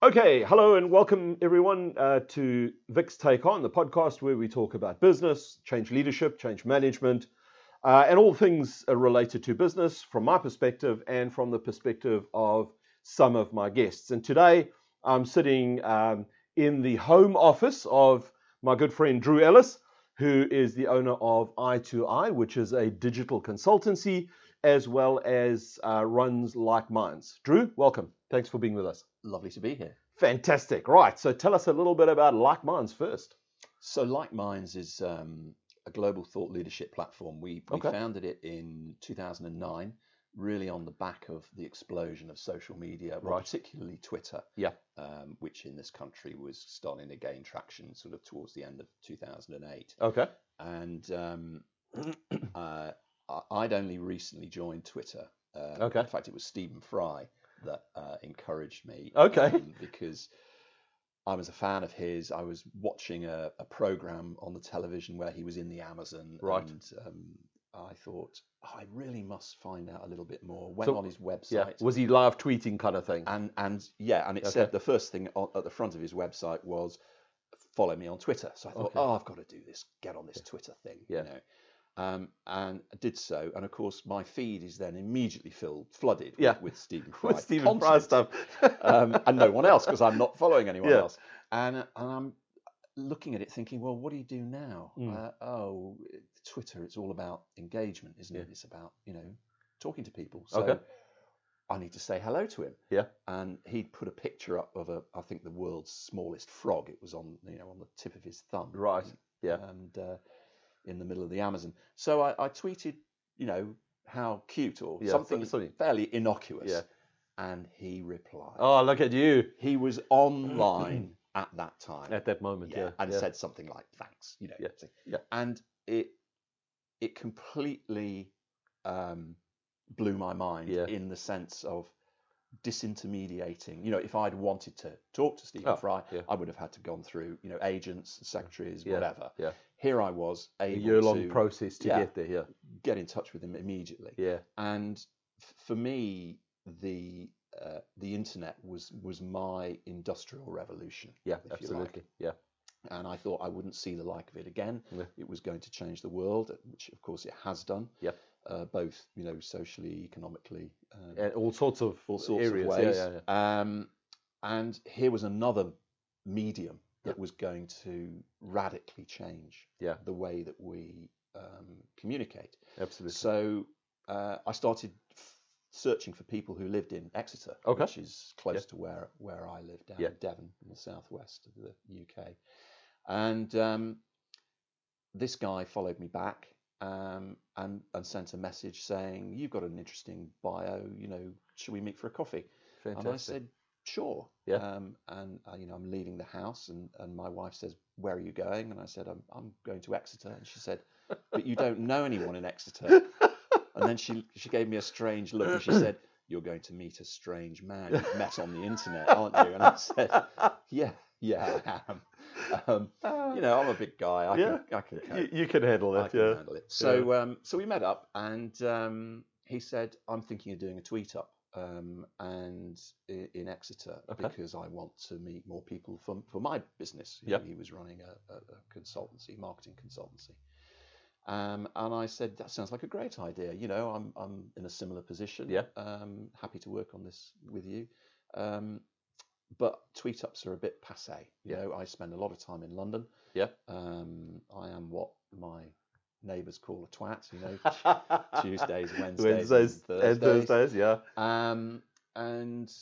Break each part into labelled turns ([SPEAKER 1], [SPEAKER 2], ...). [SPEAKER 1] Okay, hello and welcome everyone uh, to Vic's Take On, the podcast where we talk about business, change leadership, change management, uh, and all things uh, related to business from my perspective and from the perspective of some of my guests. And today I'm sitting um, in the home office of my good friend Drew Ellis, who is the owner of Eye2Eye, which is a digital consultancy as well as uh, runs Like Minds. Drew, welcome. Thanks for being with us.
[SPEAKER 2] Lovely to be here.
[SPEAKER 1] Fantastic. Right. So tell us a little bit about Like Minds first.
[SPEAKER 2] So, Like Minds is um, a global thought leadership platform. We, we
[SPEAKER 1] Okay.
[SPEAKER 2] founded it in 2009, really on the back of the explosion of social media, well,
[SPEAKER 1] Right.
[SPEAKER 2] particularly Twitter,
[SPEAKER 1] Yeah.
[SPEAKER 2] um, which in this country was starting to gain traction sort of towards the end of 2008.
[SPEAKER 1] Okay.
[SPEAKER 2] And um, uh, I- I'd only recently joined Twitter. Uh,
[SPEAKER 1] Okay.
[SPEAKER 2] In fact, it was Stephen Fry that uh, encouraged me. um,
[SPEAKER 1] Okay.
[SPEAKER 2] because I was a fan of his. I was watching a, a program on the television where he was in the Amazon.
[SPEAKER 1] Right.
[SPEAKER 2] And um, I thought, "Oh, I really must find out a little bit more. Went
[SPEAKER 1] So-
[SPEAKER 2] on his website.
[SPEAKER 1] Yeah. Was he live tweeting kind of thing?
[SPEAKER 2] And and yeah, and it
[SPEAKER 1] Okay.
[SPEAKER 2] said the first thing on, at the front of his website was follow me on Twitter. So I thought,
[SPEAKER 1] Okay.
[SPEAKER 2] oh, I've got to do this, get on this Twitter thing,
[SPEAKER 1] Yeah.
[SPEAKER 2] you know. Um, and I did so, and of course my feed is then immediately filled, flooded
[SPEAKER 1] Yeah.
[SPEAKER 2] with, with Stephen Fry,
[SPEAKER 1] With Stephen Fry
[SPEAKER 2] content,
[SPEAKER 1] stuff.
[SPEAKER 2] um, and no one else because I'm not following anyone
[SPEAKER 1] Yeah.
[SPEAKER 2] else. And and I'm looking at it, thinking, well, what do you do now?
[SPEAKER 1] Mm.
[SPEAKER 2] Uh, oh, it- Twitter, it's all about engagement, isn't
[SPEAKER 1] Yeah.
[SPEAKER 2] it? It's about you know talking to people. So
[SPEAKER 1] Okay.
[SPEAKER 2] I need to say hello to him.
[SPEAKER 1] Yeah.
[SPEAKER 2] And he'd put a picture up of a, I think the world's smallest frog. It was on, you know, on the tip of his thumb.
[SPEAKER 1] Right. Yeah.
[SPEAKER 2] And uh, in the middle of the Amazon. So I, I tweeted, you know, how cute or
[SPEAKER 1] Yeah, so-
[SPEAKER 2] something
[SPEAKER 1] something.
[SPEAKER 2] fairly innocuous.
[SPEAKER 1] Yeah.
[SPEAKER 2] And he replied.
[SPEAKER 1] Oh, look at you
[SPEAKER 2] He was online at that time.
[SPEAKER 1] at that moment. Yeah.
[SPEAKER 2] and
[SPEAKER 1] yeah.
[SPEAKER 2] said something like thanks, you know.
[SPEAKER 1] Yeah,
[SPEAKER 2] something.
[SPEAKER 1] yeah.
[SPEAKER 2] And it it completely um, blew my mind
[SPEAKER 1] Yeah.
[SPEAKER 2] in the sense of disintermediating. You know, if I'd wanted to talk to Stephen
[SPEAKER 1] Oh,
[SPEAKER 2] Fry,
[SPEAKER 1] yeah.
[SPEAKER 2] I would have had to gone through, you know, agents, secretaries,
[SPEAKER 1] Yeah,
[SPEAKER 2] whatever.
[SPEAKER 1] yeah.
[SPEAKER 2] Here I was
[SPEAKER 1] a
[SPEAKER 2] able
[SPEAKER 1] year long
[SPEAKER 2] to
[SPEAKER 1] process to
[SPEAKER 2] Yeah.
[SPEAKER 1] get there. Yeah.
[SPEAKER 2] get in touch with him immediately
[SPEAKER 1] Yeah.
[SPEAKER 2] and f- for me the uh, the internet was was my industrial revolution
[SPEAKER 1] Yeah.
[SPEAKER 2] if you like.
[SPEAKER 1] Absolutely. Yeah.
[SPEAKER 2] and i thought i wouldn't see the like of it again
[SPEAKER 1] Yeah.
[SPEAKER 2] it was going to change the world uh, which of course it has done
[SPEAKER 1] Yeah.
[SPEAKER 2] uh, both you know socially economically um,
[SPEAKER 1] And all sorts of
[SPEAKER 2] all sorts
[SPEAKER 1] areas.
[SPEAKER 2] of ways
[SPEAKER 1] Yeah, yeah, yeah.
[SPEAKER 2] um and here was another medium
[SPEAKER 1] Yeah.
[SPEAKER 2] that was going to radically change
[SPEAKER 1] Yeah.
[SPEAKER 2] the way that we um, communicate
[SPEAKER 1] Absolutely.
[SPEAKER 2] so uh, I started f- searching for people who lived in Exeter,
[SPEAKER 1] Okay.
[SPEAKER 2] which is close
[SPEAKER 1] Yeah.
[SPEAKER 2] to where where I live down
[SPEAKER 1] Yeah.
[SPEAKER 2] in Devon, in the southwest of the UK. And um, this guy followed me back um, and and sent a message saying, "You've got an interesting bio. You know, should we meet for a coffee?"
[SPEAKER 1] Fantastic.
[SPEAKER 2] And I said, sure.
[SPEAKER 1] Yeah.
[SPEAKER 2] Um, and uh, you know, I'm leaving the house, and, and my wife says, where are you going? And I said, I'm, I'm going to Exeter. And she said, but you don't know anyone in Exeter. and then she she gave me a strange look, and she said, you're going to meet a strange man you've met on the internet, aren't you? And I said, yeah, yeah, I am. Um, you know, I'm a big guy. I can I can cope.
[SPEAKER 1] you, you can handle
[SPEAKER 2] I
[SPEAKER 1] it.
[SPEAKER 2] can
[SPEAKER 1] Yeah.
[SPEAKER 2] handle it. So um, so we met up, and um, he said, "I'm thinking of doing a tweet up, um, and in, in Exeter
[SPEAKER 1] Okay.
[SPEAKER 2] because I want to meet more people for for my business." You
[SPEAKER 1] Yep.
[SPEAKER 2] know, He was running a, a, a consultancy, marketing consultancy. Um, and I said, that sounds like a great idea. You know, I'm, I'm in a similar position.
[SPEAKER 1] Yeah.
[SPEAKER 2] Um, happy to work on this with you. Um, but tweet ups are a bit passe. You
[SPEAKER 1] Yeah.
[SPEAKER 2] know, I spend a lot of time in London.
[SPEAKER 1] Yeah.
[SPEAKER 2] Um, I am what my neighbours call a twat. You know, Tuesdays, Wednesdays, and
[SPEAKER 1] Wednesdays and
[SPEAKER 2] Thursdays.
[SPEAKER 1] Thursdays. Yeah.
[SPEAKER 2] um, and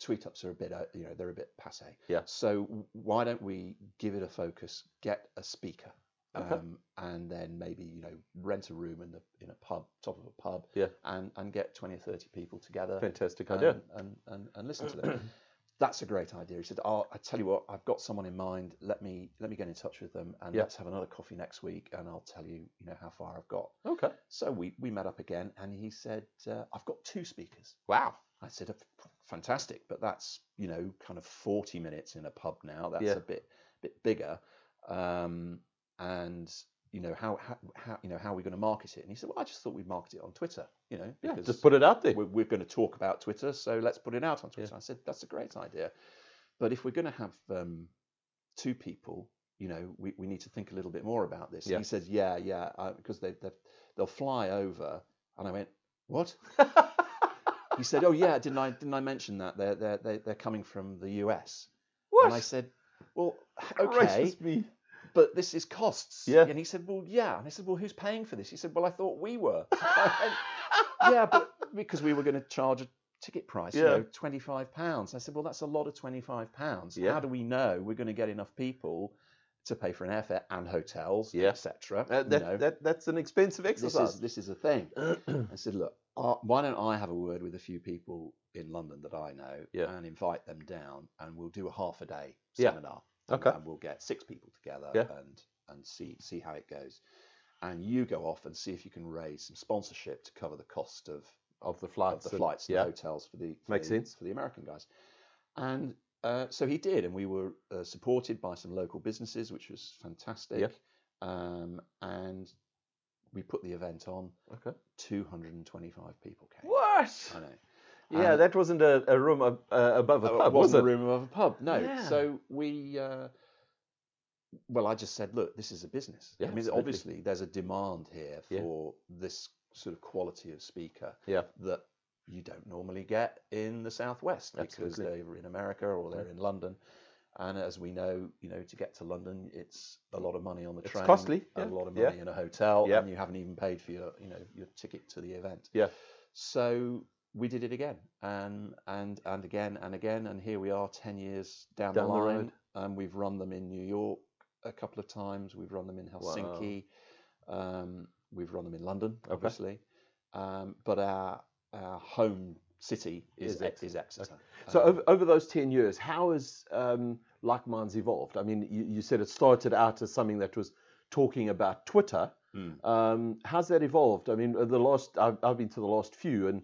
[SPEAKER 2] tweet ups are a bit, uh, you know, they're a bit passe.
[SPEAKER 1] Yeah.
[SPEAKER 2] So w- why don't we give it a focus, get a speaker,
[SPEAKER 1] Okay.
[SPEAKER 2] um, and then maybe you know rent a room in the in a pub, top of a pub,
[SPEAKER 1] Yeah.
[SPEAKER 2] and and get twenty or thirty people together
[SPEAKER 1] Fantastic
[SPEAKER 2] and,
[SPEAKER 1] idea.
[SPEAKER 2] Um, and, and, and listen to them. That's a great idea. He said, oh, I tell you what, I've got someone in mind. Let me let me get in touch with them and
[SPEAKER 1] Yeah.
[SPEAKER 2] let's have another coffee next week and I'll tell you, you know, how far I've got.
[SPEAKER 1] Okay.
[SPEAKER 2] So we, we met up again and he said, uh, I've got two speakers.
[SPEAKER 1] Wow.
[SPEAKER 2] I said, "F- fantastic, but that's you know kind of forty minutes in a pub now. That's
[SPEAKER 1] Yeah.
[SPEAKER 2] a bit bit bigger, um, and you know how, how how you know how are we going to market it? And he said, well, I just thought we'd market it on Twitter, you know,
[SPEAKER 1] Yeah.
[SPEAKER 2] because
[SPEAKER 1] Just put it out there.
[SPEAKER 2] we're, we're going to talk about Twitter, so let's put it out on Twitter. I said, that's a great idea. But if we're going to have um, two people, you know, we, we need to think a little bit more about this. And
[SPEAKER 1] Yeah.
[SPEAKER 2] he says, yeah, yeah, because they, they they'll fly over, and I went, what? He said, oh yeah, didn't I didn't I mention that they're they're they're, they're coming from the US?
[SPEAKER 1] what?
[SPEAKER 2] And I said, well, okay,
[SPEAKER 1] Gracious me.
[SPEAKER 2] but this is costs.
[SPEAKER 1] Yeah.
[SPEAKER 2] And he said, well, yeah. And I said, well, who's paying for this? He said, well, I thought we were. I went, yeah, but because we were going to charge a ticket price, you
[SPEAKER 1] Yeah.
[SPEAKER 2] know, twenty-five pounds. I said, well, that's a lot of twenty-five pounds.
[SPEAKER 1] Yeah.
[SPEAKER 2] How do we know we're going to get enough people to pay for an airfare and hotels,
[SPEAKER 1] Yeah.
[SPEAKER 2] etc.
[SPEAKER 1] That, that, that, that's an expensive
[SPEAKER 2] this
[SPEAKER 1] exercise.
[SPEAKER 2] is this is a thing. I said, look, uh, why don't I have a word with a few people in London that I know
[SPEAKER 1] Yeah.
[SPEAKER 2] and invite them down, and we'll do a half a day
[SPEAKER 1] Yeah.
[SPEAKER 2] seminar.
[SPEAKER 1] Okay.
[SPEAKER 2] And we'll get six people together
[SPEAKER 1] Yeah.
[SPEAKER 2] and and see see how it goes. And you go off and see if you can raise some sponsorship to cover the cost of
[SPEAKER 1] of the
[SPEAKER 2] of
[SPEAKER 1] flights.
[SPEAKER 2] the
[SPEAKER 1] and-
[SPEAKER 2] flights,
[SPEAKER 1] yeah.
[SPEAKER 2] the hotels for the for
[SPEAKER 1] Makes
[SPEAKER 2] the,
[SPEAKER 1] sense.
[SPEAKER 2] for the American guys. And uh, so he did, and we were uh, supported by some local businesses, which was fantastic.
[SPEAKER 1] Yeah.
[SPEAKER 2] Um, and we put the event on.
[SPEAKER 1] Okay.
[SPEAKER 2] 225 people came.
[SPEAKER 1] What?
[SPEAKER 2] I know.
[SPEAKER 1] Yeah,
[SPEAKER 2] And-
[SPEAKER 1] that wasn't a, a room ab- uh, above a
[SPEAKER 2] Uh,
[SPEAKER 1] pub,
[SPEAKER 2] it
[SPEAKER 1] was
[SPEAKER 2] wasn't
[SPEAKER 1] it?
[SPEAKER 2] a room of a pub. No.
[SPEAKER 1] Yeah.
[SPEAKER 2] So we, uh, well, I just said, look, this is a business.
[SPEAKER 1] Yeah,
[SPEAKER 2] I mean,
[SPEAKER 1] absolutely.
[SPEAKER 2] obviously, there's a demand here
[SPEAKER 1] Yeah.
[SPEAKER 2] for this sort of quality of speaker
[SPEAKER 1] Yeah.
[SPEAKER 2] that you don't normally get in the southwest because
[SPEAKER 1] Absolutely.
[SPEAKER 2] they're in America or they're
[SPEAKER 1] Yeah.
[SPEAKER 2] in London. And as we know, you know, to get to London, it's a lot of money on the
[SPEAKER 1] It's
[SPEAKER 2] train,
[SPEAKER 1] costly,
[SPEAKER 2] a
[SPEAKER 1] yeah,
[SPEAKER 2] lot of
[SPEAKER 1] yeah.
[SPEAKER 2] money in a hotel,
[SPEAKER 1] Yeah.
[SPEAKER 2] and you haven't even paid for your, you know, your ticket to the event.
[SPEAKER 1] Yeah.
[SPEAKER 2] So we did it again, and and and again and again, and here we are, ten years down,
[SPEAKER 1] Down
[SPEAKER 2] the
[SPEAKER 1] the
[SPEAKER 2] line,
[SPEAKER 1] road.
[SPEAKER 2] and we've run them in New York a couple of times. We've run them in Helsinki. Um, we've run them in London,
[SPEAKER 1] Okay.
[SPEAKER 2] obviously, um, but our our home city is
[SPEAKER 1] Is
[SPEAKER 2] is,
[SPEAKER 1] Exeter.
[SPEAKER 2] Exeter. Is Exeter.
[SPEAKER 1] So
[SPEAKER 2] Um,
[SPEAKER 1] over, over those 10 years, how has um, Like Minds evolved? I mean, you, you said it started out as something that was talking about Twitter.
[SPEAKER 2] Mm.
[SPEAKER 1] Um, how's that evolved? I mean, uh, the last I've, I've been to the last few, and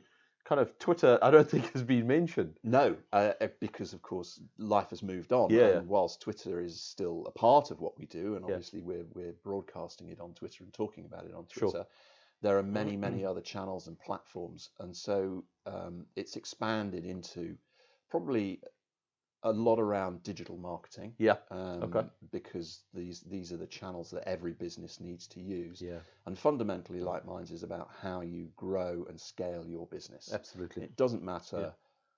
[SPEAKER 1] kind of Twitter, I don't think has been mentioned.
[SPEAKER 2] No, uh, uh, because of course life has moved on.
[SPEAKER 1] Yeah, yeah.
[SPEAKER 2] And whilst Twitter is still a part of what we do, and
[SPEAKER 1] Yeah.
[SPEAKER 2] obviously we're we're broadcasting it on Twitter and talking about it on
[SPEAKER 1] Sure. Mm-hmm.
[SPEAKER 2] Twitter, there are many many other channels and platforms, and so um, it's expanded into probably a lot around digital marketing.
[SPEAKER 1] Yeah.
[SPEAKER 2] Um,
[SPEAKER 1] Okay.
[SPEAKER 2] Because these these are the channels that every business needs to use,
[SPEAKER 1] Yeah,
[SPEAKER 2] and fundamentally, Like Minds is about how you grow and scale your business.
[SPEAKER 1] absolutely.
[SPEAKER 2] It doesn't matter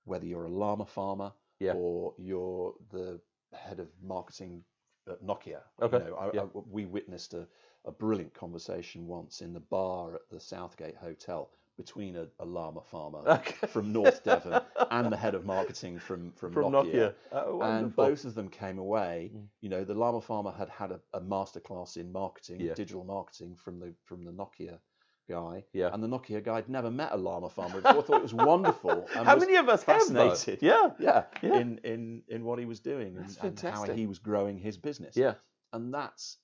[SPEAKER 2] whether you're a llama farmer
[SPEAKER 1] Yeah.
[SPEAKER 2] or you're the head of marketing at Nokia.
[SPEAKER 1] Okay,
[SPEAKER 2] You know, I,
[SPEAKER 1] yeah.
[SPEAKER 2] I- we witnessed a, a brilliant conversation once in the bar at the Southgate Hotel between a, a llama farmer
[SPEAKER 1] Okay.
[SPEAKER 2] from North Devon and the head of marketing from, from,
[SPEAKER 1] From
[SPEAKER 2] Nokia.
[SPEAKER 1] Nokia. Oh,
[SPEAKER 2] And
[SPEAKER 1] wonderful.
[SPEAKER 2] both of them came away.
[SPEAKER 1] Mm.
[SPEAKER 2] You know, the llama farmer had had a, a masterclass in marketing,
[SPEAKER 1] Yeah.
[SPEAKER 2] digital marketing from the from the Nokia guy.
[SPEAKER 1] Yeah.
[SPEAKER 2] And the Nokia guy had never met a llama farmer before. thought it was wonderful. And
[SPEAKER 1] How
[SPEAKER 2] was-
[SPEAKER 1] many of us have though?
[SPEAKER 2] fascinated.
[SPEAKER 1] Yeah,
[SPEAKER 2] yeah,
[SPEAKER 1] Yeah.
[SPEAKER 2] In, in in what he was doing and,
[SPEAKER 1] That's
[SPEAKER 2] and how
[SPEAKER 1] fantastic.
[SPEAKER 2] he was growing his business.
[SPEAKER 1] yeah,
[SPEAKER 2] And that's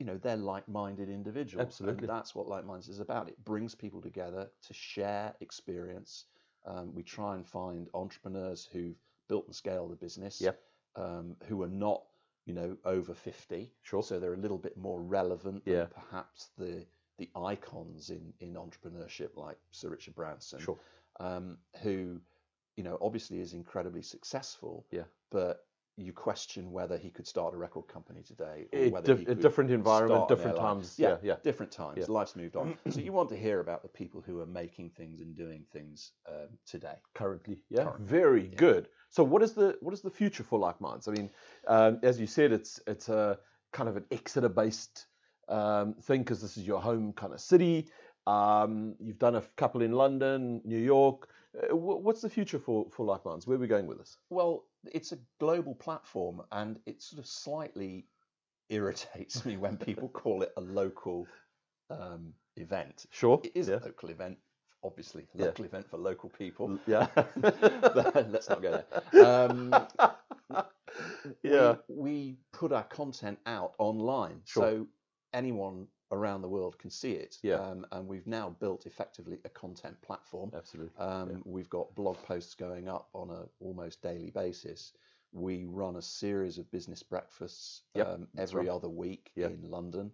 [SPEAKER 2] you know, they're like-minded individuals.
[SPEAKER 1] Absolutely.
[SPEAKER 2] And that's what Like Minds is about. It brings people together to share experience. Um, we try and find entrepreneurs who've built and scaled a business,
[SPEAKER 1] Yep.
[SPEAKER 2] um, who are not, you know, over 50.
[SPEAKER 1] Sure.
[SPEAKER 2] So they're a little bit more relevant
[SPEAKER 1] Yeah.
[SPEAKER 2] than perhaps the the icons in, in entrepreneurship like Sir Richard Branson
[SPEAKER 1] sure.
[SPEAKER 2] um, who, you know, obviously is incredibly successful.
[SPEAKER 1] Yeah. But
[SPEAKER 2] But you question whether he could start a record company today or
[SPEAKER 1] it,
[SPEAKER 2] whether
[SPEAKER 1] dif-
[SPEAKER 2] he
[SPEAKER 1] a
[SPEAKER 2] could
[SPEAKER 1] different environment,
[SPEAKER 2] start an
[SPEAKER 1] different
[SPEAKER 2] airline.
[SPEAKER 1] times. Yeah, yeah.
[SPEAKER 2] different times.
[SPEAKER 1] Yeah.
[SPEAKER 2] Life's moved on, so you want to hear about the people who are making things and doing things um, today.
[SPEAKER 1] currently. Yeah,
[SPEAKER 2] Currently,
[SPEAKER 1] very
[SPEAKER 2] yeah.
[SPEAKER 1] good. So, what is the what is the future for Like Minds? I mean, um, as you said, it's it's a kind of an Exeter based um, thing because this is your home kind of city. Um, you've done a couple in London, New York. Uh, wh- what's the future for for Like Minds? Where are we going with this?
[SPEAKER 2] Well, it's a global platform, and it sort of slightly irritates me when people call it a local um, event.
[SPEAKER 1] Sure.
[SPEAKER 2] It is
[SPEAKER 1] yeah.
[SPEAKER 2] a local event, obviously, a
[SPEAKER 1] Yeah.
[SPEAKER 2] local event for local people.
[SPEAKER 1] yeah.
[SPEAKER 2] Let's not go there. Um,
[SPEAKER 1] yeah.
[SPEAKER 2] we, we put our content out online
[SPEAKER 1] Sure.
[SPEAKER 2] so anyone around the world can see it.
[SPEAKER 1] Yeah.
[SPEAKER 2] Um, and we've now built effectively a content platform.
[SPEAKER 1] Absolutely.
[SPEAKER 2] Um, We've got blog posts going up on a almost daily basis. We run a series of business breakfasts
[SPEAKER 1] Yep,
[SPEAKER 2] um,
[SPEAKER 1] that's
[SPEAKER 2] every
[SPEAKER 1] right.
[SPEAKER 2] other week
[SPEAKER 1] Yeah.
[SPEAKER 2] in London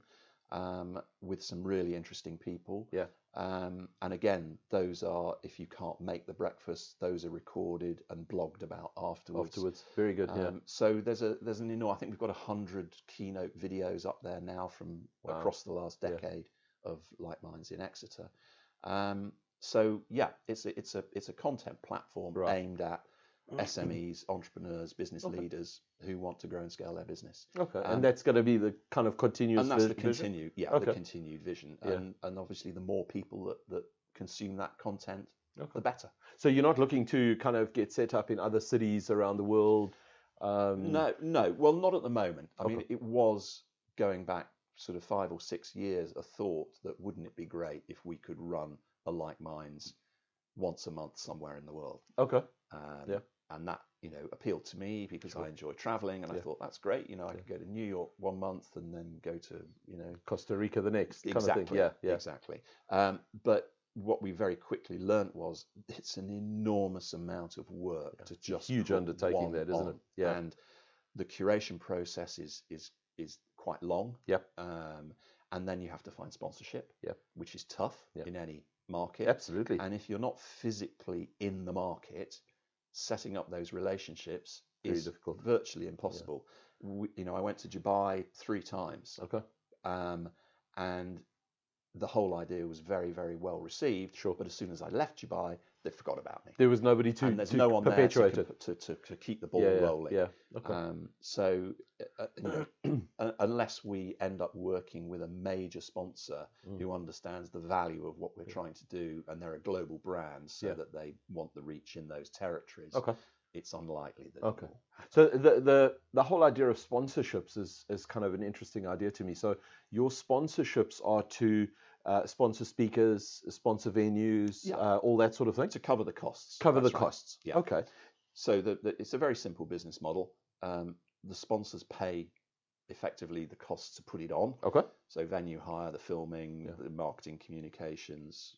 [SPEAKER 2] um, with some really interesting people.
[SPEAKER 1] Yeah.
[SPEAKER 2] Um, and again, those are if you can't make the breakfast, those are recorded and blogged about afterwards.
[SPEAKER 1] afterwards. Very good. yeah.
[SPEAKER 2] Um, so there's a there's an enormous. I think we've got a hundred keynote videos up there now from
[SPEAKER 1] Wow.
[SPEAKER 2] across the last
[SPEAKER 1] Yeah.
[SPEAKER 2] decade of Light Minds in Exeter. Um, so yeah, it's a, it's a it's a content platform
[SPEAKER 1] Right. Mm.
[SPEAKER 2] aimed at SMEs, entrepreneurs, business
[SPEAKER 1] Okay.
[SPEAKER 2] leaders who want to grow and scale their business.
[SPEAKER 1] Okay.
[SPEAKER 2] um,
[SPEAKER 1] and that's going to be the kind of continuous.
[SPEAKER 2] And that's
[SPEAKER 1] vi-
[SPEAKER 2] the
[SPEAKER 1] vision?
[SPEAKER 2] continued, yeah,
[SPEAKER 1] Okay.
[SPEAKER 2] the continued vision.
[SPEAKER 1] Yeah.
[SPEAKER 2] And and obviously, the more people that, that consume that content,
[SPEAKER 1] Okay.
[SPEAKER 2] the better.
[SPEAKER 1] So you're not looking to kind of get set up in other cities around the world. Um,
[SPEAKER 2] No, no. Well, not at the moment. I mean,
[SPEAKER 1] Okay.
[SPEAKER 2] it was going back sort of five or six years, a thought that wouldn't it be great if we could run a like minds once a month somewhere in the world?
[SPEAKER 1] Okay.
[SPEAKER 2] Um,
[SPEAKER 1] Yeah.
[SPEAKER 2] And that, you know, appealed to me because
[SPEAKER 1] Sure.
[SPEAKER 2] I enjoy traveling and
[SPEAKER 1] Yeah.
[SPEAKER 2] I thought that's great. You know, I
[SPEAKER 1] Yeah.
[SPEAKER 2] could go to New York one month and then go to, you know,
[SPEAKER 1] Costa Rica the next kind of
[SPEAKER 2] exactly.
[SPEAKER 1] thing. Yeah. Yeah.
[SPEAKER 2] Exactly. Um, but what we very quickly learnt was it's an enormous amount of work to just
[SPEAKER 1] Huge
[SPEAKER 2] put
[SPEAKER 1] undertaking
[SPEAKER 2] one
[SPEAKER 1] that, isn't it?
[SPEAKER 2] on.
[SPEAKER 1] Yeah.
[SPEAKER 2] And the curation process is is is quite long.
[SPEAKER 1] Yep.
[SPEAKER 2] Um, and then you have to find sponsorship.
[SPEAKER 1] Yep.
[SPEAKER 2] Which is tough
[SPEAKER 1] Yep.
[SPEAKER 2] in any market.
[SPEAKER 1] Absolutely.
[SPEAKER 2] And if you're not physically in the market, setting up those relationships
[SPEAKER 1] Very
[SPEAKER 2] is
[SPEAKER 1] difficult.
[SPEAKER 2] virtually impossible. We, you know, I went to Dubai three times
[SPEAKER 1] Okay.
[SPEAKER 2] um, and the whole idea was very, very well received.
[SPEAKER 1] Sure.
[SPEAKER 2] But as soon as I left Dubai, they forgot about me,
[SPEAKER 1] There was nobody to,
[SPEAKER 2] and there's
[SPEAKER 1] to
[SPEAKER 2] no one there to,
[SPEAKER 1] perpetuate it.
[SPEAKER 2] comp- to, to, to keep the ball
[SPEAKER 1] yeah, yeah,
[SPEAKER 2] rolling.
[SPEAKER 1] Yeah. Okay.
[SPEAKER 2] Um, so, uh, uh, you know, un- unless we end up working with a major sponsor
[SPEAKER 1] Mm.
[SPEAKER 2] who understands the value of what we're
[SPEAKER 1] Yeah.
[SPEAKER 2] trying to do, and they're a global brand, so
[SPEAKER 1] Yeah.
[SPEAKER 2] that they want the reach in those territories,
[SPEAKER 1] okay.
[SPEAKER 2] it's unlikely that. it
[SPEAKER 1] Okay.
[SPEAKER 2] will.
[SPEAKER 1] So the, the the whole idea of sponsorships is is kind of an interesting idea to me. So your sponsorships are to uh, sponsor speakers, sponsor venues,
[SPEAKER 2] Yeah.
[SPEAKER 1] uh, all that sort of thing.
[SPEAKER 2] To cover the costs.
[SPEAKER 1] Cover the
[SPEAKER 2] that's right.
[SPEAKER 1] costs.
[SPEAKER 2] Yeah.
[SPEAKER 1] Okay.
[SPEAKER 2] So the, the, it's a very simple business model. Um, the sponsors pay effectively the costs to put it on.
[SPEAKER 1] Okay.
[SPEAKER 2] So venue hire, the filming,
[SPEAKER 1] Yeah.
[SPEAKER 2] the marketing, communications,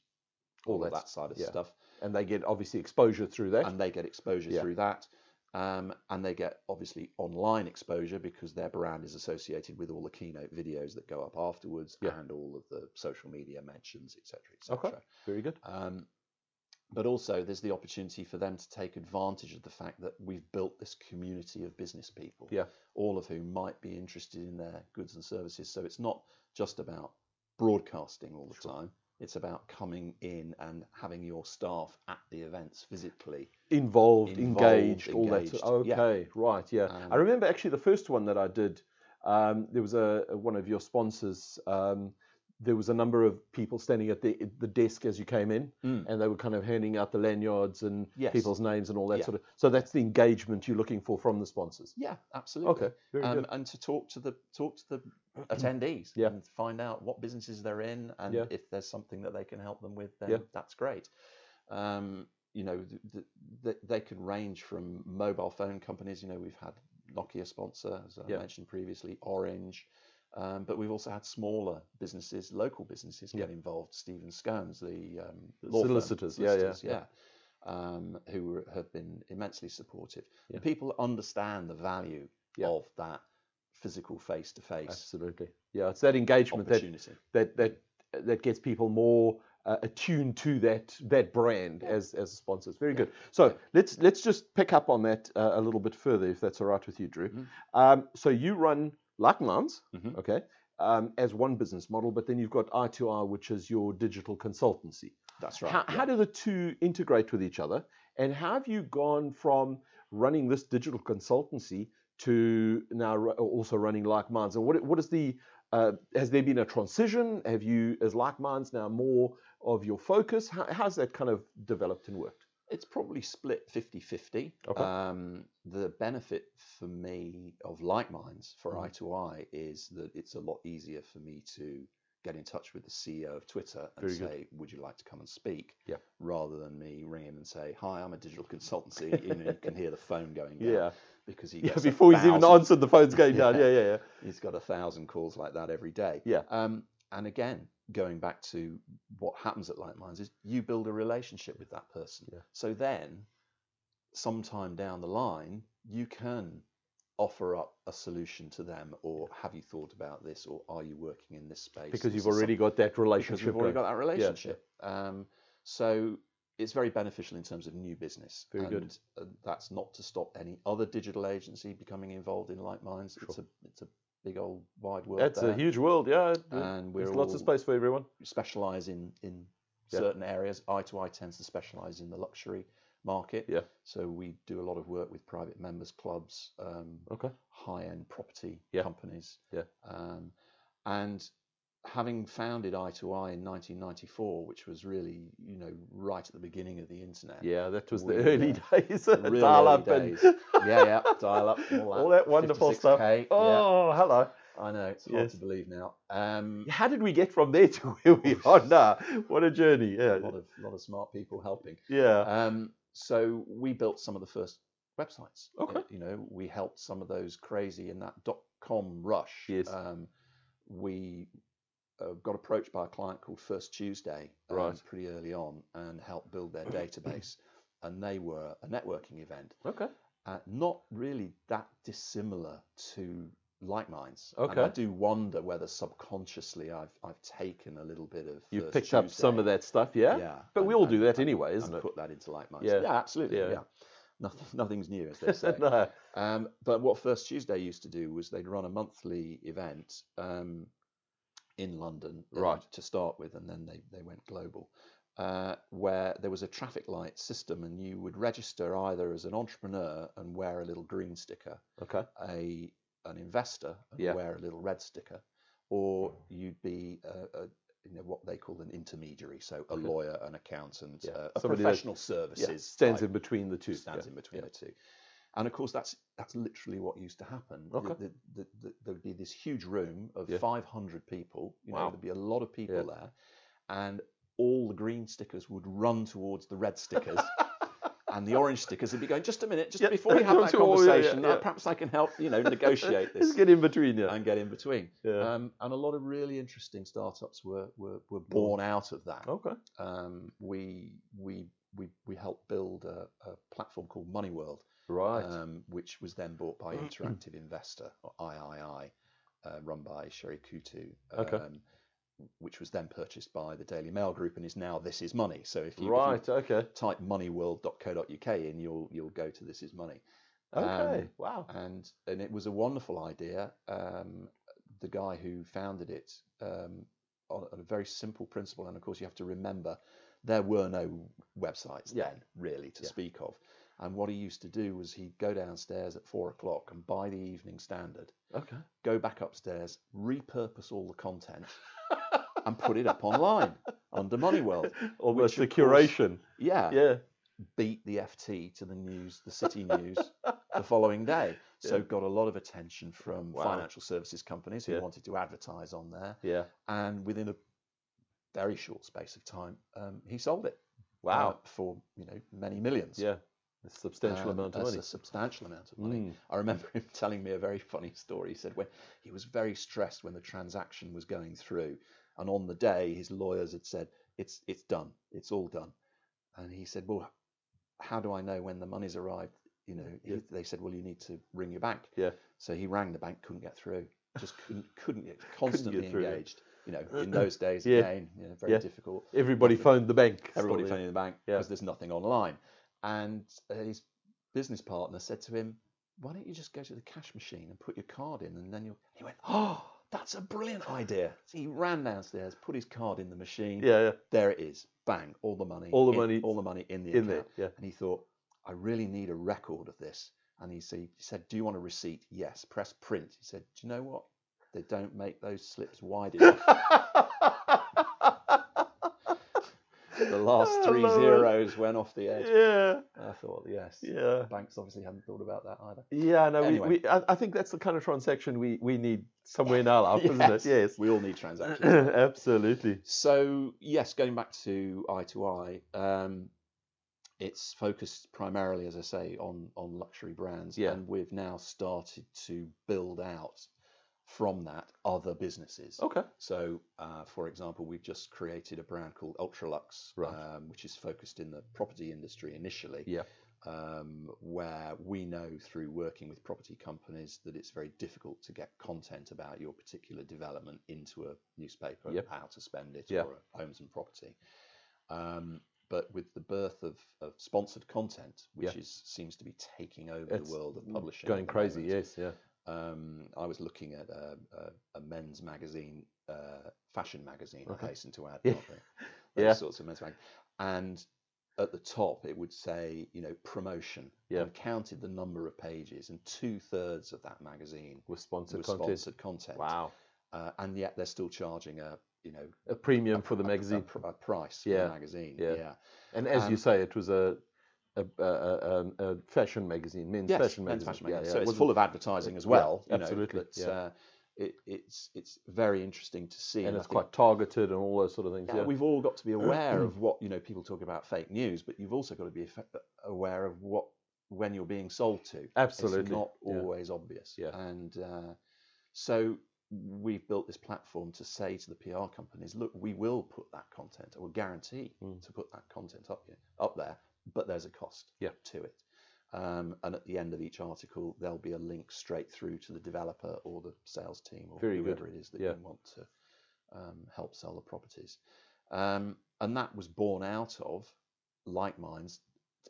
[SPEAKER 1] All
[SPEAKER 2] all, of
[SPEAKER 1] that's-
[SPEAKER 2] that side of
[SPEAKER 1] yeah.
[SPEAKER 2] stuff,
[SPEAKER 1] And they get obviously exposure through that.
[SPEAKER 2] and they get exposure
[SPEAKER 1] Yeah.
[SPEAKER 2] through that. Um, and they get obviously online exposure because their brand is associated with all the keynote videos that go up afterwards
[SPEAKER 1] Yeah.
[SPEAKER 2] and all of the social media mentions, etc.,
[SPEAKER 1] Okay.
[SPEAKER 2] etc.
[SPEAKER 1] Very good.
[SPEAKER 2] Um, but also, there's the opportunity for them to take advantage of the fact that we've built this community of business people,
[SPEAKER 1] Yeah.
[SPEAKER 2] all of whom might be interested in their goods and services. So it's not just about broadcasting all the
[SPEAKER 1] Sure.
[SPEAKER 2] time. It's about coming in and having your staff at the events physically.
[SPEAKER 1] Involved,
[SPEAKER 2] Involved,
[SPEAKER 1] engaged, all that. Sort
[SPEAKER 2] engaged, yeah.
[SPEAKER 1] okay. Right. Yeah. I
[SPEAKER 2] Um,
[SPEAKER 1] remember actually the first one that I did. Um, there was a one of your sponsors. Um, there was a number of people standing at the the desk as you came in,
[SPEAKER 2] Mm.
[SPEAKER 1] and they were kind of handing out the lanyards and
[SPEAKER 2] Yes.
[SPEAKER 1] people's names and all that
[SPEAKER 2] Yeah.
[SPEAKER 1] sort of. So that's the engagement you're looking for from the sponsors.
[SPEAKER 2] Yeah, absolutely.
[SPEAKER 1] Okay, very
[SPEAKER 2] um,
[SPEAKER 1] good.
[SPEAKER 2] and to talk to the talk to the attendees
[SPEAKER 1] Yeah.
[SPEAKER 2] and find out what businesses they're in and
[SPEAKER 1] Yeah.
[SPEAKER 2] if there's something that they can help them with then
[SPEAKER 1] Yeah.
[SPEAKER 2] that's great um, you know th th th- they can range from mobile phone companies you know we've had nokia sponsor as i
[SPEAKER 1] Yeah.
[SPEAKER 2] mentioned previously orange um, but we've also had smaller businesses local businesses get involved stephen scones the, um,
[SPEAKER 1] The
[SPEAKER 2] law firm,
[SPEAKER 1] solicitors, yeah, yeah, yeah.
[SPEAKER 2] yeah um, who were, have been immensely supportive.
[SPEAKER 1] Yeah.
[SPEAKER 2] And people understand the value
[SPEAKER 1] Yeah.
[SPEAKER 2] of that physical face to face
[SPEAKER 1] Absolutely. Yeah, it's that engagement that
[SPEAKER 2] opportunity.
[SPEAKER 1] that that that gets people more uh, attuned to that that brand
[SPEAKER 2] Yeah.
[SPEAKER 1] as as sponsors. Very good. So let's let's just pick up on that uh, a little bit further, if that's all right with you, Drew.
[SPEAKER 2] Mhm.
[SPEAKER 1] Um, so you run Lightmines,
[SPEAKER 2] Mhm.
[SPEAKER 1] okay, um, as one business model, but then you've got I2R, which is your digital consultancy.
[SPEAKER 2] That's right.
[SPEAKER 1] How,
[SPEAKER 2] yeah.
[SPEAKER 1] how do the two integrate with each other? And how have you gone from running this digital consultancy to now ru- also running Like Minds? And what, what is the, uh, has there been a transition? Have you, is Like Minds now more of your focus? How, how's that kind of developed and worked?
[SPEAKER 2] It's probably split 50 50.
[SPEAKER 1] Okay.
[SPEAKER 2] Um, the benefit for me of like minds for
[SPEAKER 1] Mhm.
[SPEAKER 2] eye to eye is that it's a lot easier for me to get in touch with the CEO of Twitter and
[SPEAKER 1] Very
[SPEAKER 2] say,
[SPEAKER 1] good.
[SPEAKER 2] Would you like to come and speak?
[SPEAKER 1] Yeah.
[SPEAKER 2] Rather than me ring him and say, Hi, I'm a digital consultancy. you, know, you can hear the phone going down because he
[SPEAKER 1] Yeah,
[SPEAKER 2] gets a
[SPEAKER 1] before he's even
[SPEAKER 2] thousand
[SPEAKER 1] answered, the phone's going down. Yeah,
[SPEAKER 2] Yeah.
[SPEAKER 1] yeah, yeah.
[SPEAKER 2] he's got a thousand calls like that every day.
[SPEAKER 1] Yeah.
[SPEAKER 2] Um, and again, going back to what happens at Light Minds is you build a relationship with that person.
[SPEAKER 1] Yeah.
[SPEAKER 2] So then, sometime down the line, you can offer up a solution to them or have you thought about this or are you working in this space
[SPEAKER 1] because
[SPEAKER 2] This
[SPEAKER 1] you've
[SPEAKER 2] is
[SPEAKER 1] already got that
[SPEAKER 2] because
[SPEAKER 1] relationship.
[SPEAKER 2] we've already
[SPEAKER 1] going.
[SPEAKER 2] got that relationship. Um, so it's very beneficial in terms of new business.
[SPEAKER 1] Very
[SPEAKER 2] and,
[SPEAKER 1] good.
[SPEAKER 2] uh, that's not to stop any other digital agency becoming involved in like minds. It's a it's a big old wide world.
[SPEAKER 1] That's
[SPEAKER 2] there,
[SPEAKER 1] a huge world, yeah.
[SPEAKER 2] and Uh, we're
[SPEAKER 1] There's lots
[SPEAKER 2] all
[SPEAKER 1] of space for everyone.
[SPEAKER 2] specialize in in
[SPEAKER 1] Yeah.
[SPEAKER 2] certain areas. Eye to Eye tends to specialize in the luxury market.
[SPEAKER 1] Yeah.
[SPEAKER 2] So we do a lot of work with private members clubs, um,
[SPEAKER 1] Okay.
[SPEAKER 2] high-end property
[SPEAKER 1] Yeah.
[SPEAKER 2] companies.
[SPEAKER 1] Yeah.
[SPEAKER 2] Um, and having founded Eye to Eye in 1994, which was really, you know, right at the beginning of the internet.
[SPEAKER 1] Yeah, that was the
[SPEAKER 2] We're,
[SPEAKER 1] early days.
[SPEAKER 2] real
[SPEAKER 1] dial
[SPEAKER 2] early
[SPEAKER 1] up and
[SPEAKER 2] days. yeah, yeah, dial up, all that,
[SPEAKER 1] all that wonderful stuff.
[SPEAKER 2] 56K, yeah,
[SPEAKER 1] Oh, hello.
[SPEAKER 2] I know it's hard
[SPEAKER 1] yes.
[SPEAKER 2] to believe now. Um,
[SPEAKER 1] How did we get from there to where we are now? What a journey.
[SPEAKER 2] a
[SPEAKER 1] Yeah.
[SPEAKER 2] lot of lot of smart people helping.
[SPEAKER 1] Yeah.
[SPEAKER 2] Um, so we built some of the first websites. Uh,
[SPEAKER 1] Okay.
[SPEAKER 2] You know, we helped some of those crazy in that dot com rush.
[SPEAKER 1] Yes.
[SPEAKER 2] Um, we uh, got approached by a client called First Tuesday um,
[SPEAKER 1] Right.
[SPEAKER 2] pretty early on and helped build their database. and they were a networking event,
[SPEAKER 1] Okay.
[SPEAKER 2] uh, not really that dissimilar to Like Minds. And I
[SPEAKER 1] Okay.
[SPEAKER 2] do wonder whether subconsciously I've I've taken a little bit of
[SPEAKER 1] You've
[SPEAKER 2] First
[SPEAKER 1] picked up some
[SPEAKER 2] Tuesday.
[SPEAKER 1] of that stuff, yeah? But we all do that anyway,
[SPEAKER 2] and
[SPEAKER 1] isn't it?
[SPEAKER 2] Put that into light minds.
[SPEAKER 1] Yeah.
[SPEAKER 2] Yeah, absolutely.
[SPEAKER 1] Yeah.
[SPEAKER 2] Yeah. Nothing, nothing's new, as they say.
[SPEAKER 1] no.
[SPEAKER 2] um, but what First Tuesday used to do was they'd run a monthly event um, in London uh,
[SPEAKER 1] Right.
[SPEAKER 2] to start with, and then they, they went global, uh, where there was a traffic light system, and you would register either as an entrepreneur and wear a little green sticker,
[SPEAKER 1] Okay.
[SPEAKER 2] a an investor and
[SPEAKER 1] Yeah. Mm.
[SPEAKER 2] wear a little red sticker, or you'd be a, a you know what they call an intermediary, so a
[SPEAKER 1] Okay.
[SPEAKER 2] lawyer, an accountant,
[SPEAKER 1] Yeah,
[SPEAKER 2] uh, a
[SPEAKER 1] somebody that-
[SPEAKER 2] professional
[SPEAKER 1] Yeah.
[SPEAKER 2] services
[SPEAKER 1] Stands
[SPEAKER 2] type
[SPEAKER 1] in between the two.
[SPEAKER 2] stands
[SPEAKER 1] yeah.
[SPEAKER 2] in between
[SPEAKER 1] yeah.
[SPEAKER 2] the two. And of course, that's that's literally what used to happen.
[SPEAKER 1] Okay.
[SPEAKER 2] The- the- the- the- there would be this huge room of
[SPEAKER 1] Yeah.
[SPEAKER 2] 500 people. You
[SPEAKER 1] Wow.
[SPEAKER 2] know, there'd be a lot of people
[SPEAKER 1] Yeah.
[SPEAKER 2] there, and all the green stickers would run towards the red stickers. And the orange stickers would be going, just a minute, just
[SPEAKER 1] Yeah,
[SPEAKER 2] before you have
[SPEAKER 1] don't
[SPEAKER 2] that
[SPEAKER 1] you worry, yeah,
[SPEAKER 2] conversation, uh,
[SPEAKER 1] yeah.
[SPEAKER 2] perhaps I can help, you know, negotiate this
[SPEAKER 1] Let's get in between, yeah.
[SPEAKER 2] and get in between.
[SPEAKER 1] yeah.
[SPEAKER 2] Um, and a lot of really interesting startups were, were, were born out of that
[SPEAKER 1] okay.
[SPEAKER 2] um, we we we we helped build a, a platform called Money World,
[SPEAKER 1] Right. Mm-hmm.
[SPEAKER 2] um, which was then bought by Interactive Investor or III, uh, run by Sherry Kutu.
[SPEAKER 1] Okay.
[SPEAKER 2] um, Which was then purchased by the Daily Mail Group and is now This Is Money. So if you, if you
[SPEAKER 1] right. Okay.
[SPEAKER 2] type moneyworld.co.uk in, you'll you'll go to This Is Money. um,
[SPEAKER 1] Okay. wow.
[SPEAKER 2] And and it was a wonderful idea. Um, the guy who founded it um, on, on a very simple principle, and of course you have to remember there were no websites
[SPEAKER 1] Yeah.
[SPEAKER 2] then really to
[SPEAKER 1] Yeah.
[SPEAKER 2] speak of. And what he used to do was he'd go downstairs at four o'clock and buy the Evening Standard,
[SPEAKER 1] Okay.
[SPEAKER 2] go back upstairs, repurpose all the content, and put it up online under Money World.
[SPEAKER 1] Almost the
[SPEAKER 2] of course- uh,
[SPEAKER 1] curation.
[SPEAKER 2] Yeah,
[SPEAKER 1] Yeah.
[SPEAKER 2] beat the FT to the news, the City News, the following day. So
[SPEAKER 1] Yeah.
[SPEAKER 2] got a lot of attention from
[SPEAKER 1] Wow.
[SPEAKER 2] financial services companies who
[SPEAKER 1] Yeah.
[SPEAKER 2] wanted to advertise on there.
[SPEAKER 1] Yeah.
[SPEAKER 2] And within a very short space of time, um, he sold it. uh,
[SPEAKER 1] Wow.
[SPEAKER 2] for you know many millions.
[SPEAKER 1] yeah. A substantial
[SPEAKER 2] Um,
[SPEAKER 1] amount of
[SPEAKER 2] that's
[SPEAKER 1] money.
[SPEAKER 2] A substantial amount of money.
[SPEAKER 1] Mm.
[SPEAKER 2] I remember him telling me a very funny story. He said when he was very stressed when the transaction was going through, and on the day his lawyers had said it's it's done, it's all done, and he said, well, how do I know when the money's arrived? You know, he-
[SPEAKER 1] Yeah.
[SPEAKER 2] they said, well, you need to ring your bank.
[SPEAKER 1] Yeah.
[SPEAKER 2] So he rang the bank, couldn't get through, just couldn't couldn't get constantly
[SPEAKER 1] through, yeah.
[SPEAKER 2] engaged. You know, in those days
[SPEAKER 1] Yeah.
[SPEAKER 2] again, you know, very
[SPEAKER 1] Yeah.
[SPEAKER 2] difficult
[SPEAKER 1] Everybody phoned the bank.
[SPEAKER 2] everybody
[SPEAKER 1] sort of.
[SPEAKER 2] phoning the bank
[SPEAKER 1] Yeah.
[SPEAKER 2] because there's nothing online. And uh, his business partner said to him, "Why don't you just go to the cash machine and put your card in?" And then you he went, "Oh, that's a brilliant idea." So he ran downstairs, put his card in the machine.
[SPEAKER 1] Yeah, yeah.
[SPEAKER 2] There it is. Bang! All the money.
[SPEAKER 1] All the
[SPEAKER 2] in-
[SPEAKER 1] money
[SPEAKER 2] All the money in the
[SPEAKER 1] In
[SPEAKER 2] account.
[SPEAKER 1] there. Yeah.
[SPEAKER 2] And he thought, "I really need a record of this." And he said, he said, "Do you want a receipt?" Yes. Press print. He said, "Do you know what? They don't make those slips wide enough." the last
[SPEAKER 1] I
[SPEAKER 2] three
[SPEAKER 1] love it.
[SPEAKER 2] zeros went off the edge.
[SPEAKER 1] yeah.
[SPEAKER 2] I thought, yes.
[SPEAKER 1] Yeah.
[SPEAKER 2] Banks obviously haven't thought about that either.
[SPEAKER 1] Yeah, no,
[SPEAKER 2] Anyway.
[SPEAKER 1] we, we, I, I think that's the kind of transaction we, we need somewhere in our life, isn't it?
[SPEAKER 2] We all need transactions.
[SPEAKER 1] Yes. Absolutely.
[SPEAKER 2] so, yes, going back to eye to eye, um, it's focused primarily, as I say, on, on luxury brands.
[SPEAKER 1] Yeah.
[SPEAKER 2] And we've now started to build out from that other businesses.
[SPEAKER 1] Okay.
[SPEAKER 2] So, uh, for example, we've just created a brand called Ultralux,
[SPEAKER 1] Right.
[SPEAKER 2] um, which is focused in the property industry initially.
[SPEAKER 1] Yeah.
[SPEAKER 2] um, where we know through working with property companies that it's very difficult to get content about your particular development into a newspaper,
[SPEAKER 1] Yep.
[SPEAKER 2] how to spend it,
[SPEAKER 1] Yeah.
[SPEAKER 2] or a homes and property. Um, but with the birth of, of sponsored content, which
[SPEAKER 1] Yeah.
[SPEAKER 2] is seems to be taking over
[SPEAKER 1] It's
[SPEAKER 2] the world of publishing, at
[SPEAKER 1] Going
[SPEAKER 2] the
[SPEAKER 1] crazy,
[SPEAKER 2] moment,
[SPEAKER 1] yes, yeah.
[SPEAKER 2] um, I was looking at a, a, a men's magazine, uh, fashion magazine,
[SPEAKER 1] Okay.
[SPEAKER 2] I hasten to add,
[SPEAKER 1] Yeah.
[SPEAKER 2] not the- those
[SPEAKER 1] Yeah.
[SPEAKER 2] sorts of men's mag. And at the top, it would say, you know, promotion.
[SPEAKER 1] Yeah.
[SPEAKER 2] And counted the number of pages, and two thirds of that magazine
[SPEAKER 1] With sponsored
[SPEAKER 2] was
[SPEAKER 1] content.
[SPEAKER 2] sponsored content.
[SPEAKER 1] Wow.
[SPEAKER 2] Uh, and yet they're still charging a, you know,
[SPEAKER 1] A premium
[SPEAKER 2] a-
[SPEAKER 1] for the
[SPEAKER 2] a- a
[SPEAKER 1] magazine.
[SPEAKER 2] pr- a, price for
[SPEAKER 1] Yeah.
[SPEAKER 2] the magazine.
[SPEAKER 1] Yeah.
[SPEAKER 2] Yeah.
[SPEAKER 1] And as you
[SPEAKER 2] Um,
[SPEAKER 1] say, it was a a, a, a, um, a fashion magazine, men's
[SPEAKER 2] Yes,
[SPEAKER 1] fashion
[SPEAKER 2] men's
[SPEAKER 1] magazine.
[SPEAKER 2] fashion
[SPEAKER 1] Yeah,
[SPEAKER 2] magazine.
[SPEAKER 1] yeah,
[SPEAKER 2] So
[SPEAKER 1] it
[SPEAKER 2] it's
[SPEAKER 1] wasn't-
[SPEAKER 2] full of advertising as
[SPEAKER 1] Yeah,
[SPEAKER 2] well. you know,
[SPEAKER 1] absolutely,
[SPEAKER 2] but,
[SPEAKER 1] yeah.
[SPEAKER 2] uh, it, it's it's very interesting to see.
[SPEAKER 1] and
[SPEAKER 2] I
[SPEAKER 1] it's
[SPEAKER 2] think
[SPEAKER 1] quite targeted and all those sort of things.
[SPEAKER 2] Yeah,
[SPEAKER 1] Yeah,
[SPEAKER 2] we've all got to be aware of what you know. People talk about fake news, but you've also got to be affa- aware of what when you're being sold to. it's
[SPEAKER 1] absolutely.
[SPEAKER 2] not
[SPEAKER 1] yeah.
[SPEAKER 2] always obvious.
[SPEAKER 1] Yeah.
[SPEAKER 2] and uh, so we've built this platform to say to the PR companies, look, we will put that content, or guarantee
[SPEAKER 1] Mm.
[SPEAKER 2] to put that content up here, up there, but there's a cost
[SPEAKER 1] Yeah.
[SPEAKER 2] to it. Um, and at the end of each article, there'll be a link straight through to the developer or the sales team or
[SPEAKER 1] Very good.
[SPEAKER 2] whoever it is that
[SPEAKER 1] Yeah.
[SPEAKER 2] you want to um, help sell the properties. Um, and that was born out of like minds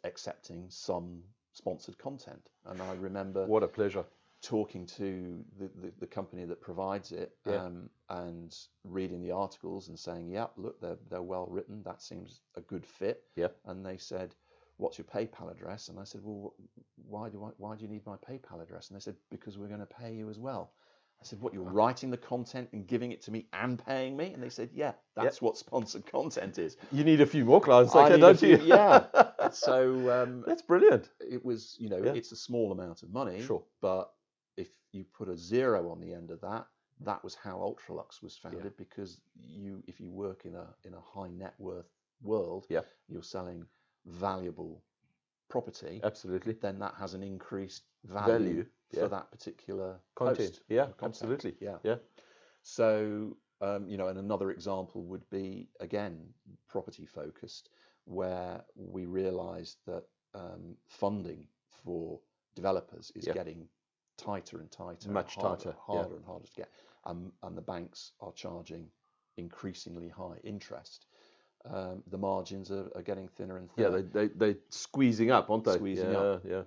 [SPEAKER 2] accepting some sponsored content. And I remember
[SPEAKER 1] What a pleasure.
[SPEAKER 2] talking to the, the, the company that provides it
[SPEAKER 1] Yeah.
[SPEAKER 2] um, and reading the articles and saying, "Yep, look, they're they're well written. That seems a good fit."
[SPEAKER 1] Yep.
[SPEAKER 2] And they said, "What's your PayPal address?" And I said, "Well, wh- why do I, why do you need my PayPal address?" And they said, "Because we're going to pay you as well." I said, "What? You're writing the content and giving it to me and paying me?" And they said, "Yeah, that's what sponsored content is."
[SPEAKER 1] You need a few more clients
[SPEAKER 2] I
[SPEAKER 1] like that,
[SPEAKER 2] need a
[SPEAKER 1] don't you?
[SPEAKER 2] few- yeah. So um,
[SPEAKER 1] that's brilliant.
[SPEAKER 2] it was, you know,
[SPEAKER 1] Yeah.
[SPEAKER 2] it's a small amount of money
[SPEAKER 1] Sure.
[SPEAKER 2] but if you put a zero on the end of that, that was how Ultralux was founded because you if you work in a in a high net worth world,
[SPEAKER 1] Yeah.
[SPEAKER 2] you're selling valuable property,
[SPEAKER 1] Absolutely.
[SPEAKER 2] then that has an increased value,
[SPEAKER 1] Value,
[SPEAKER 2] for
[SPEAKER 1] yeah.
[SPEAKER 2] that particular
[SPEAKER 1] Content.
[SPEAKER 2] post
[SPEAKER 1] yeah,
[SPEAKER 2] or content.
[SPEAKER 1] absolutely.
[SPEAKER 2] Yeah.
[SPEAKER 1] Yeah.
[SPEAKER 2] So um, you know, and another example would be again property focused, where we realised that um, funding for developers is
[SPEAKER 1] Yeah.
[SPEAKER 2] getting tighter and tighter, and
[SPEAKER 1] Much
[SPEAKER 2] harder,
[SPEAKER 1] tighter, yeah.
[SPEAKER 2] harder and harder to get, um, and the banks are charging increasingly high interest. Um, the margins are, are getting thinner and
[SPEAKER 1] Yeah,
[SPEAKER 2] thinner.
[SPEAKER 1] they they they squeezing up, aren't they?
[SPEAKER 2] Squeezing
[SPEAKER 1] yeah,
[SPEAKER 2] up.
[SPEAKER 1] Yeah.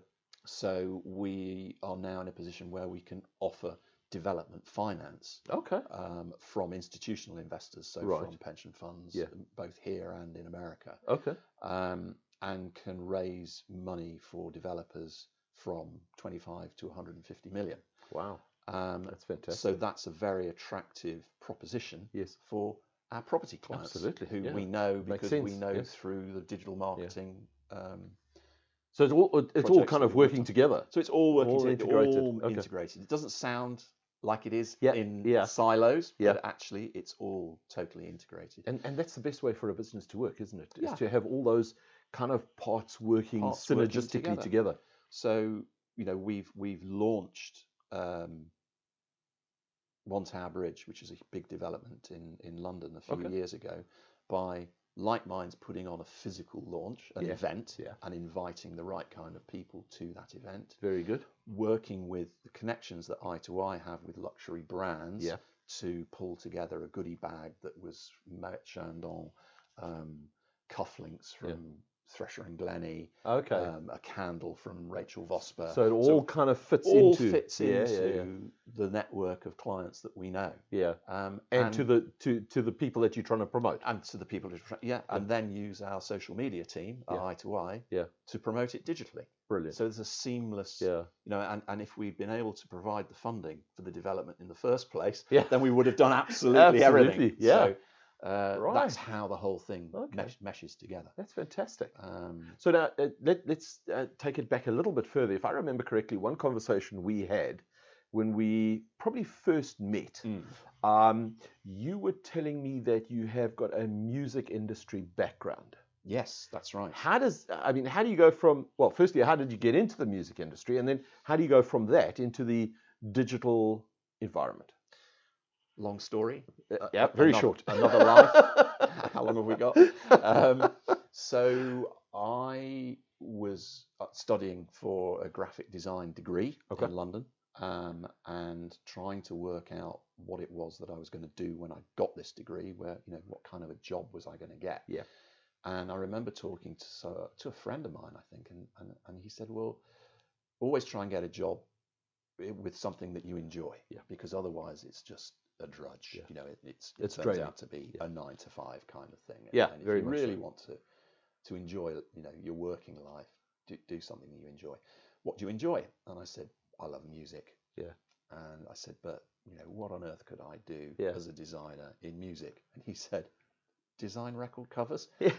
[SPEAKER 2] So we are now in a position where we can offer development finance
[SPEAKER 1] Okay.
[SPEAKER 2] um, from institutional investors, so
[SPEAKER 1] Right.
[SPEAKER 2] from pension funds,
[SPEAKER 1] Yeah.
[SPEAKER 2] um, both here and in America,
[SPEAKER 1] Okay.
[SPEAKER 2] um, and can raise money for developers from 25 to 150 million.
[SPEAKER 1] Wow.
[SPEAKER 2] Um,
[SPEAKER 1] That's fantastic.
[SPEAKER 2] so that's a very attractive proposition
[SPEAKER 1] yes.
[SPEAKER 2] for our property clients,
[SPEAKER 1] Absolutely,
[SPEAKER 2] who
[SPEAKER 1] yeah.
[SPEAKER 2] we know
[SPEAKER 1] Makes
[SPEAKER 2] because we
[SPEAKER 1] sense,
[SPEAKER 2] know
[SPEAKER 1] yeah.
[SPEAKER 2] through the digital marketing. Um,
[SPEAKER 1] So it's all it's all
[SPEAKER 2] Projects
[SPEAKER 1] kind of
[SPEAKER 2] that we've worked
[SPEAKER 1] working
[SPEAKER 2] on.
[SPEAKER 1] together.
[SPEAKER 2] so it's all working
[SPEAKER 1] All
[SPEAKER 2] together,
[SPEAKER 1] integrated,
[SPEAKER 2] all
[SPEAKER 1] okay.
[SPEAKER 2] integrated. It doesn't sound like it is
[SPEAKER 1] Yeah,
[SPEAKER 2] in
[SPEAKER 1] yeah.
[SPEAKER 2] silos,
[SPEAKER 1] Yeah.
[SPEAKER 2] but actually it's all totally integrated.
[SPEAKER 1] And and that's the best way for a business to work, isn't it? Is
[SPEAKER 2] Yeah.
[SPEAKER 1] to have all those kind of parts working
[SPEAKER 2] Parts working
[SPEAKER 1] synergistically
[SPEAKER 2] together.
[SPEAKER 1] together.
[SPEAKER 2] So you know we've we've launched um, One Tower Bridge, which is a big development in in London a few
[SPEAKER 1] Okay.
[SPEAKER 2] years ago, by Light Minds putting on a physical launch, an
[SPEAKER 1] Yeah,
[SPEAKER 2] event,
[SPEAKER 1] yeah.
[SPEAKER 2] and inviting the right kind of people to that event.
[SPEAKER 1] Very good.
[SPEAKER 2] Working with the connections that Eye to Eye have with luxury brands
[SPEAKER 1] Yeah.
[SPEAKER 2] to pull together a goodie bag that was Moet Chandon, um, cufflinks from
[SPEAKER 1] Yeah.
[SPEAKER 2] Thresher and Glennie
[SPEAKER 1] Okay.
[SPEAKER 2] um, a candle from Rachel Vosper.
[SPEAKER 1] Uh, so it all kind of fits
[SPEAKER 2] all
[SPEAKER 1] into
[SPEAKER 2] fits
[SPEAKER 1] yeah,
[SPEAKER 2] into
[SPEAKER 1] yeah,
[SPEAKER 2] the network of clients that we know,
[SPEAKER 1] yeah. yeah.
[SPEAKER 2] um,
[SPEAKER 1] And, to the to to the people that you're trying to promote.
[SPEAKER 2] and to the people who, tr- yeah, and then use our social media team,
[SPEAKER 1] Yeah.
[SPEAKER 2] our Eye to Eye,
[SPEAKER 1] Yeah.
[SPEAKER 2] to promote it digitally.
[SPEAKER 1] Brilliant.
[SPEAKER 2] So there's a seamless,
[SPEAKER 1] yeah.
[SPEAKER 2] you know, and, and if we'd been able to provide the funding for the development in the first place,
[SPEAKER 1] Yeah.
[SPEAKER 2] then we would have done absolutely, everything.
[SPEAKER 1] Absolutely, yeah.
[SPEAKER 2] So, uh,
[SPEAKER 1] Right.
[SPEAKER 2] That's how the whole thing
[SPEAKER 1] Okay.
[SPEAKER 2] mesh, meshes together.
[SPEAKER 1] That's fantastic.
[SPEAKER 2] Um,
[SPEAKER 1] So now uh, let, let's uh, take it back a little bit further. If I remember correctly, one conversation we had when we probably first met,
[SPEAKER 2] Hmm.
[SPEAKER 1] um, you were telling me that you have got a music industry background.
[SPEAKER 2] Yes, that's right.
[SPEAKER 1] How does I mean? How do you go from well? Firstly, how did you get into the music industry, and then how do you go from that into the digital environment?
[SPEAKER 2] Long story.
[SPEAKER 1] Uh,
[SPEAKER 2] Uh,
[SPEAKER 1] yeah, very
[SPEAKER 2] another-
[SPEAKER 1] short.
[SPEAKER 2] another life. How long have we got? Um, so I was uh, studying for a graphic design degree
[SPEAKER 1] Okay.
[SPEAKER 2] in London um, and trying to work out what it was that I was going to do when I got this degree, where, you know, what kind of a job was I going to get?
[SPEAKER 1] Yeah.
[SPEAKER 2] And I remember talking to, so, to a friend of mine, I think, and, and, and he said, well, always try and get a job i- with something that you enjoy
[SPEAKER 1] Yeah.
[SPEAKER 2] because otherwise it's just a drudge.
[SPEAKER 1] Yeah.
[SPEAKER 2] You know, it, it's,
[SPEAKER 1] It's
[SPEAKER 2] turns
[SPEAKER 1] straight
[SPEAKER 2] out
[SPEAKER 1] up.
[SPEAKER 2] to be
[SPEAKER 1] Yeah.
[SPEAKER 2] a nine to five kind of thing.
[SPEAKER 1] Yeah,
[SPEAKER 2] and
[SPEAKER 1] very
[SPEAKER 2] if you
[SPEAKER 1] much
[SPEAKER 2] really
[SPEAKER 1] so.
[SPEAKER 2] want to to enjoy, you know, your working life, do, do something that you enjoy. What do you enjoy? And I said, I love music.
[SPEAKER 1] Yeah.
[SPEAKER 2] And I said, but you know, what on earth could I do
[SPEAKER 1] Yeah.
[SPEAKER 2] as a designer in music? And he said, design record covers.
[SPEAKER 1] Yeah.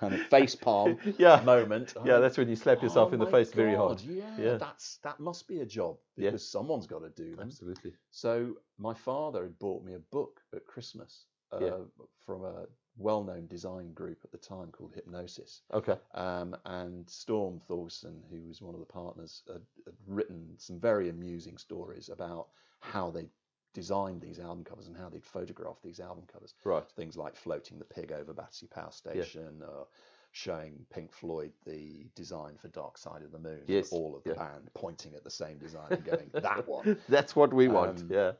[SPEAKER 2] and a face palm
[SPEAKER 1] yeah.
[SPEAKER 2] moment. I
[SPEAKER 1] Yeah,
[SPEAKER 2] went,
[SPEAKER 1] that's when you slap yourself
[SPEAKER 2] "Oh
[SPEAKER 1] in the
[SPEAKER 2] my
[SPEAKER 1] face very hard.
[SPEAKER 2] God, Yeah,
[SPEAKER 1] Yeah.
[SPEAKER 2] that's that must be a job
[SPEAKER 1] Yeah.
[SPEAKER 2] because someone's got to do them.
[SPEAKER 1] Absolutely.
[SPEAKER 2] So my father had bought me a book at Christmas uh,
[SPEAKER 1] Yeah.
[SPEAKER 2] from a well-known design group at the time called Hypnosis,
[SPEAKER 1] Okay.
[SPEAKER 2] um, and Storm Thorson, who was one of the partners, had, had written some very amusing stories about how they designed these album covers and how they'd photographed these album covers
[SPEAKER 1] Right.
[SPEAKER 2] things like floating the pig over Battersea Power Station or showing Pink Floyd the design for Dark Side of the Moon, and
[SPEAKER 1] Yes,
[SPEAKER 2] all of the
[SPEAKER 1] yeah.
[SPEAKER 2] band pointing at the same design and going, that one.
[SPEAKER 1] That's what we want.
[SPEAKER 2] Um,
[SPEAKER 1] yeah.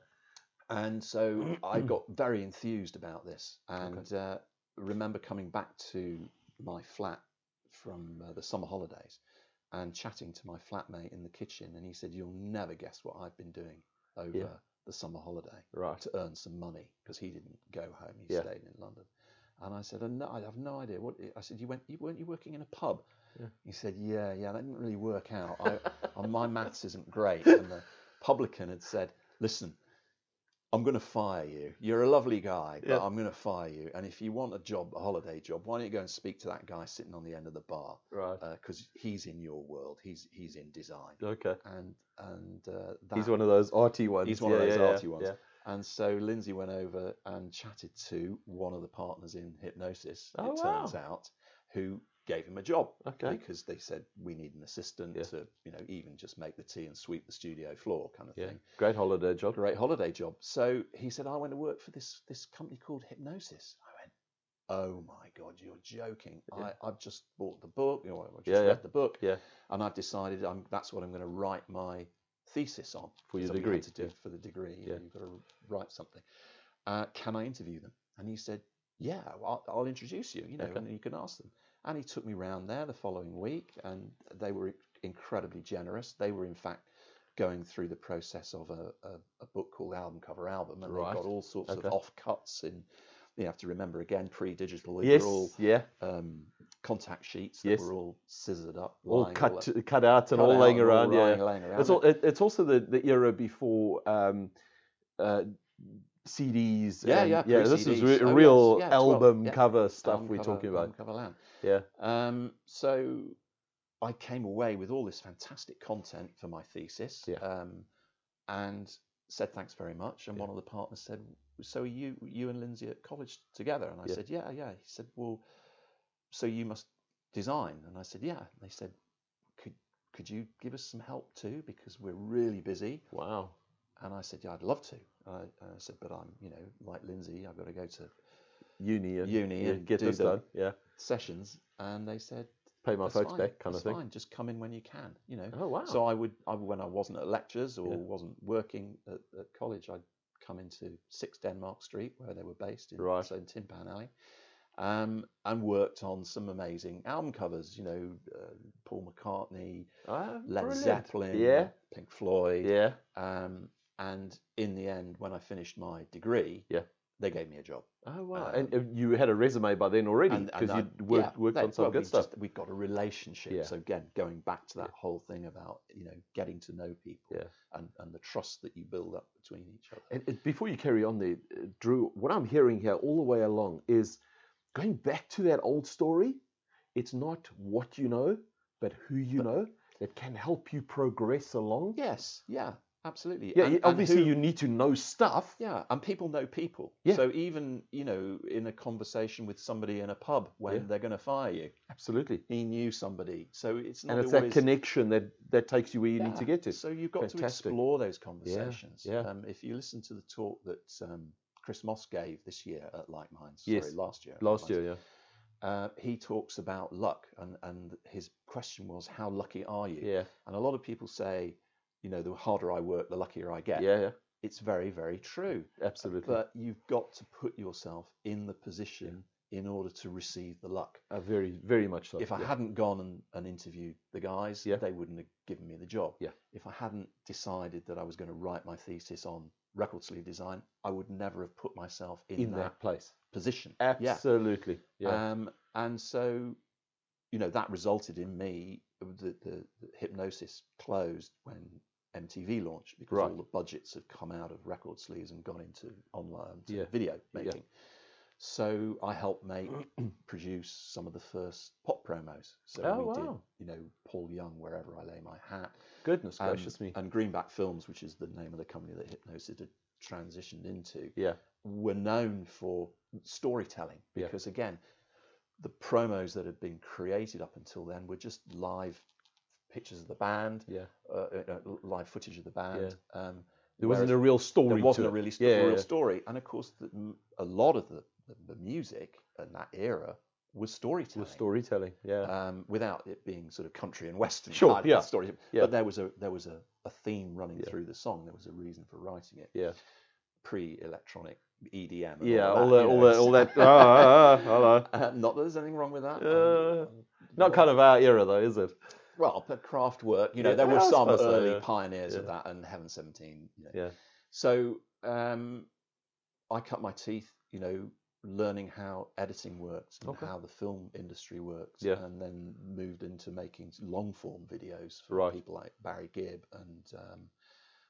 [SPEAKER 2] And so I got very enthused about this and uh, remember coming back to my flat from uh, the summer holidays and chatting to my flatmate in the kitchen. And he said, You'll never guess what I've been doing over the summer holiday
[SPEAKER 1] Right.
[SPEAKER 2] to earn some money because he didn't go home. He
[SPEAKER 1] Yeah.
[SPEAKER 2] stayed in London. And I said, "Oh, no, I have no idea. What I said, you went, you, weren't you working in a pub?
[SPEAKER 1] Yeah.
[SPEAKER 2] He said, yeah, yeah, that didn't really work out. I, uh, my maths isn't great. And the publican had said, listen, I'm going to fire you. You're a lovely guy, but
[SPEAKER 1] Yeah.
[SPEAKER 2] I'm going to fire you. And if you want a job, a holiday job, why don't you go and speak to that guy sitting on the end of the bar?
[SPEAKER 1] Right.
[SPEAKER 2] Because he's in your world. He's he's in design.
[SPEAKER 1] Okay.
[SPEAKER 2] And and uh, that
[SPEAKER 1] He's one of those arty ones.
[SPEAKER 2] He's one of
[SPEAKER 1] Yeah,
[SPEAKER 2] those
[SPEAKER 1] yeah, yeah,
[SPEAKER 2] arty ones.
[SPEAKER 1] yeah.
[SPEAKER 2] and so Lindsay went over and chatted to one of the partners in hypnosis,
[SPEAKER 1] Oh,
[SPEAKER 2] it turns out, who gave him a job
[SPEAKER 1] Okay.
[SPEAKER 2] because they said we need an assistant
[SPEAKER 1] Yeah.
[SPEAKER 2] to, you know, even just make the tea and sweep the studio floor kind of
[SPEAKER 1] Yeah.
[SPEAKER 2] thing.
[SPEAKER 1] Great holiday
[SPEAKER 2] A
[SPEAKER 1] job.
[SPEAKER 2] great holiday job. So he said, I went to work for this this company called Hypnosis. I went, Oh my God, you're joking.
[SPEAKER 1] Yeah.
[SPEAKER 2] I, I've just bought the book, you know, I've just
[SPEAKER 1] Yeah, yeah.
[SPEAKER 2] read the book.
[SPEAKER 1] Yeah.
[SPEAKER 2] And I've decided I'm, that's what I'm going to write my thesis on
[SPEAKER 1] For your
[SPEAKER 2] something
[SPEAKER 1] degree.
[SPEAKER 2] had to do it for the degree. You
[SPEAKER 1] Yeah.
[SPEAKER 2] have got to write something. Uh, can I interview them? And he said, Yeah, well, I'll, I'll introduce you. You know,
[SPEAKER 1] Okay.
[SPEAKER 2] and you can ask them. And he took me round there the following week, and they were incredibly generous. They were in fact going through the process of a, a, a book called Album Cover Album, and
[SPEAKER 1] Right.
[SPEAKER 2] they got all sorts
[SPEAKER 1] Okay.
[SPEAKER 2] of off cuts in. You have to remember again, pre-digital, they
[SPEAKER 1] Yes.
[SPEAKER 2] were all
[SPEAKER 1] yeah.
[SPEAKER 2] um, contact sheets that
[SPEAKER 1] Yes.
[SPEAKER 2] were all scissored up,
[SPEAKER 1] All
[SPEAKER 2] lying
[SPEAKER 1] cut,
[SPEAKER 2] cut
[SPEAKER 1] cut out and all
[SPEAKER 2] out
[SPEAKER 1] laying
[SPEAKER 2] and
[SPEAKER 1] around. yeah.
[SPEAKER 2] lying- laying around.
[SPEAKER 1] It's, al- it, it's also the, the era before um, uh, CDs.
[SPEAKER 2] Yeah,
[SPEAKER 1] and-
[SPEAKER 2] yeah,
[SPEAKER 1] yeah. This is
[SPEAKER 2] pre-CDs.
[SPEAKER 1] re-
[SPEAKER 2] Oh, yes,
[SPEAKER 1] real
[SPEAKER 2] yeah, 12,
[SPEAKER 1] album
[SPEAKER 2] yeah.
[SPEAKER 1] cover stuff
[SPEAKER 2] album
[SPEAKER 1] we're
[SPEAKER 2] cover-
[SPEAKER 1] talking about.
[SPEAKER 2] album cover land.
[SPEAKER 1] Yeah.
[SPEAKER 2] Um, so I came away with all this fantastic content for my thesis.
[SPEAKER 1] Yeah.
[SPEAKER 2] Um, and said thanks very much. And
[SPEAKER 1] Yeah.
[SPEAKER 2] one of the partners said, "So are you you and Lindsay at college together?" And I
[SPEAKER 1] Yeah.
[SPEAKER 2] said, "Yeah, yeah." He said, "Well, so you must design." And I said, "Yeah." And they said, "Could could you give us some help too? Because we're really busy."
[SPEAKER 1] Wow.
[SPEAKER 2] And I said, "Yeah, I'd love to." And I, and I said, "But I'm, you know, like Lindsay, I've got to go to
[SPEAKER 1] Uni and
[SPEAKER 2] Uni
[SPEAKER 1] yeah,
[SPEAKER 2] and
[SPEAKER 1] get
[SPEAKER 2] do
[SPEAKER 1] this
[SPEAKER 2] the-
[SPEAKER 1] done. Yeah.
[SPEAKER 2] sessions." And they said,
[SPEAKER 1] Pay my
[SPEAKER 2] "That's
[SPEAKER 1] folks
[SPEAKER 2] fine,
[SPEAKER 1] back, kind
[SPEAKER 2] that's
[SPEAKER 1] of thing.
[SPEAKER 2] Fine. Just come in when you can, you know."
[SPEAKER 1] Oh wow.
[SPEAKER 2] So I would, I, when I wasn't at lectures or
[SPEAKER 1] Yeah.
[SPEAKER 2] wasn't working at, at college, I'd come into Six Denmark Street where they were based in,
[SPEAKER 1] Right.
[SPEAKER 2] so in Tin Pan Alley, um, and worked on some amazing album covers. You know, uh, Paul McCartney,
[SPEAKER 1] Ah,
[SPEAKER 2] Led
[SPEAKER 1] brilliant.
[SPEAKER 2] Zeppelin,
[SPEAKER 1] Yeah.
[SPEAKER 2] Pink Floyd.
[SPEAKER 1] Yeah.
[SPEAKER 2] Um, and in the end, when I finished my degree,
[SPEAKER 1] Yeah.
[SPEAKER 2] they gave me a job.
[SPEAKER 1] Oh wow.
[SPEAKER 2] Um,
[SPEAKER 1] and uh, you had a resume by then already
[SPEAKER 2] And- and
[SPEAKER 1] because
[SPEAKER 2] I-
[SPEAKER 1] you worked
[SPEAKER 2] yeah,
[SPEAKER 1] worked
[SPEAKER 2] they-
[SPEAKER 1] on some
[SPEAKER 2] well,
[SPEAKER 1] good
[SPEAKER 2] we
[SPEAKER 1] stuff.
[SPEAKER 2] Just, we got a relationship.
[SPEAKER 1] Yeah.
[SPEAKER 2] So again, going back to that
[SPEAKER 1] Yeah.
[SPEAKER 2] whole thing about you know getting to know people
[SPEAKER 1] Yeah.
[SPEAKER 2] and and the trust that you build up between each other.
[SPEAKER 1] And, and before you carry on there, uh, Drew, what I'm hearing here all the way along is going back to that old story. It's not what you know, but who you
[SPEAKER 2] But-
[SPEAKER 1] know. It can help you progress along.
[SPEAKER 2] Yes. Yeah. Absolutely.
[SPEAKER 1] Yeah,
[SPEAKER 2] And-
[SPEAKER 1] you-
[SPEAKER 2] and
[SPEAKER 1] obviously
[SPEAKER 2] who-
[SPEAKER 1] you need to know stuff.
[SPEAKER 2] Yeah, and people know people.
[SPEAKER 1] Yeah.
[SPEAKER 2] So even you know, in a conversation with somebody in a pub when
[SPEAKER 1] Yeah.
[SPEAKER 2] they're going to fire you,
[SPEAKER 1] Absolutely.
[SPEAKER 2] he knew somebody. So it's not
[SPEAKER 1] And it's that
[SPEAKER 2] always
[SPEAKER 1] connection that, that takes you where you need to
[SPEAKER 2] Yeah,
[SPEAKER 1] get to.
[SPEAKER 2] So you've got to
[SPEAKER 1] Fantastic.
[SPEAKER 2] explore those conversations.
[SPEAKER 1] yeah.
[SPEAKER 2] Um, if you listen to the talk that um, Chris Moss gave this year at Like Minds,
[SPEAKER 1] Yes.
[SPEAKER 2] sorry, last year. at Like
[SPEAKER 1] Last
[SPEAKER 2] Minds,
[SPEAKER 1] year, yeah.
[SPEAKER 2] uh, he talks about luck, and, and his question was, How lucky are you?
[SPEAKER 1] Yeah.
[SPEAKER 2] And a lot of people say, You know, the harder I work, the luckier I
[SPEAKER 1] Yeah.
[SPEAKER 2] get.
[SPEAKER 1] Yeah.
[SPEAKER 2] It's very, very true.
[SPEAKER 1] Absolutely.
[SPEAKER 2] But you've got to put yourself in the position in order to receive the luck.
[SPEAKER 1] Uh, very, very much so.
[SPEAKER 2] If I
[SPEAKER 1] yeah.
[SPEAKER 2] hadn't gone and, and interviewed the guys,
[SPEAKER 1] Yeah.
[SPEAKER 2] they wouldn't have given me the job.
[SPEAKER 1] Yeah.
[SPEAKER 2] If I hadn't decided that I was going to write my thesis on record sleeve design, I would never have put myself in,
[SPEAKER 1] in
[SPEAKER 2] that,
[SPEAKER 1] that, place.
[SPEAKER 2] position. Yeah.
[SPEAKER 1] Absolutely. Yeah.
[SPEAKER 2] Um, and so, you know, that resulted in me uh, the, the, the hypnosis closed when MTV launched because
[SPEAKER 1] Right.
[SPEAKER 2] all the budgets have come out of record sleeves and gone into online to
[SPEAKER 1] Yeah.
[SPEAKER 2] video
[SPEAKER 1] Yeah.
[SPEAKER 2] making. So I helped make produce some of the first pop promos. So
[SPEAKER 1] Oh,
[SPEAKER 2] we
[SPEAKER 1] wow.
[SPEAKER 2] did, you know, Paul Young, wherever I lay my hat,
[SPEAKER 1] Goodness
[SPEAKER 2] and- uh,
[SPEAKER 1] gracious me.
[SPEAKER 2] and Greenback Films, which is the name of the company that Hypnosis had transitioned into
[SPEAKER 1] yeah.
[SPEAKER 2] were known for storytelling
[SPEAKER 1] Yeah.
[SPEAKER 2] because again the promos that had been created up until then were just live pictures of the band
[SPEAKER 1] Yeah.
[SPEAKER 2] uh, uh, uh, live footage of the band um,
[SPEAKER 1] There wasn't
[SPEAKER 2] whereas
[SPEAKER 1] a real story.
[SPEAKER 2] there wasn't
[SPEAKER 1] to
[SPEAKER 2] a
[SPEAKER 1] it.
[SPEAKER 2] really
[SPEAKER 1] Yeah,
[SPEAKER 2] yeah,
[SPEAKER 1] yeah,
[SPEAKER 2] real
[SPEAKER 1] yeah.
[SPEAKER 2] story and of course the, m- a lot of the, the, the music in that era was
[SPEAKER 1] It
[SPEAKER 2] storytelling
[SPEAKER 1] was storytelling. Yeah.
[SPEAKER 2] um, without it being sort of country and western
[SPEAKER 1] Sure,
[SPEAKER 2] type
[SPEAKER 1] yeah,
[SPEAKER 2] story
[SPEAKER 1] yeah.
[SPEAKER 2] but there was a there was a, a theme running
[SPEAKER 1] Yeah.
[SPEAKER 2] through the song there was a reason for writing it
[SPEAKER 1] yeah.
[SPEAKER 2] pre-electronic EDM. and
[SPEAKER 1] Yeah. All
[SPEAKER 2] all
[SPEAKER 1] that.
[SPEAKER 2] that.
[SPEAKER 1] All that. All
[SPEAKER 2] you know,
[SPEAKER 1] that. ah, ah, ah, hello.
[SPEAKER 2] Uh, not that there's anything wrong with that.
[SPEAKER 1] Uh,
[SPEAKER 2] um,
[SPEAKER 1] Not kind of our era, though, is it?
[SPEAKER 2] well, but craft work. You know,
[SPEAKER 1] Yeah,
[SPEAKER 2] there
[SPEAKER 1] I
[SPEAKER 2] were some
[SPEAKER 1] suppose so,
[SPEAKER 2] early
[SPEAKER 1] yeah.
[SPEAKER 2] pioneers of
[SPEAKER 1] Yeah.
[SPEAKER 2] that, and Heaven Seventeen. You know.
[SPEAKER 1] Yeah.
[SPEAKER 2] So um, I cut my teeth. You know, learning how editing works and
[SPEAKER 1] Okay.
[SPEAKER 2] how the film industry works,
[SPEAKER 1] Yeah.
[SPEAKER 2] and then moved into making long form videos for
[SPEAKER 1] Right.
[SPEAKER 2] people like Barry Gibb, and um,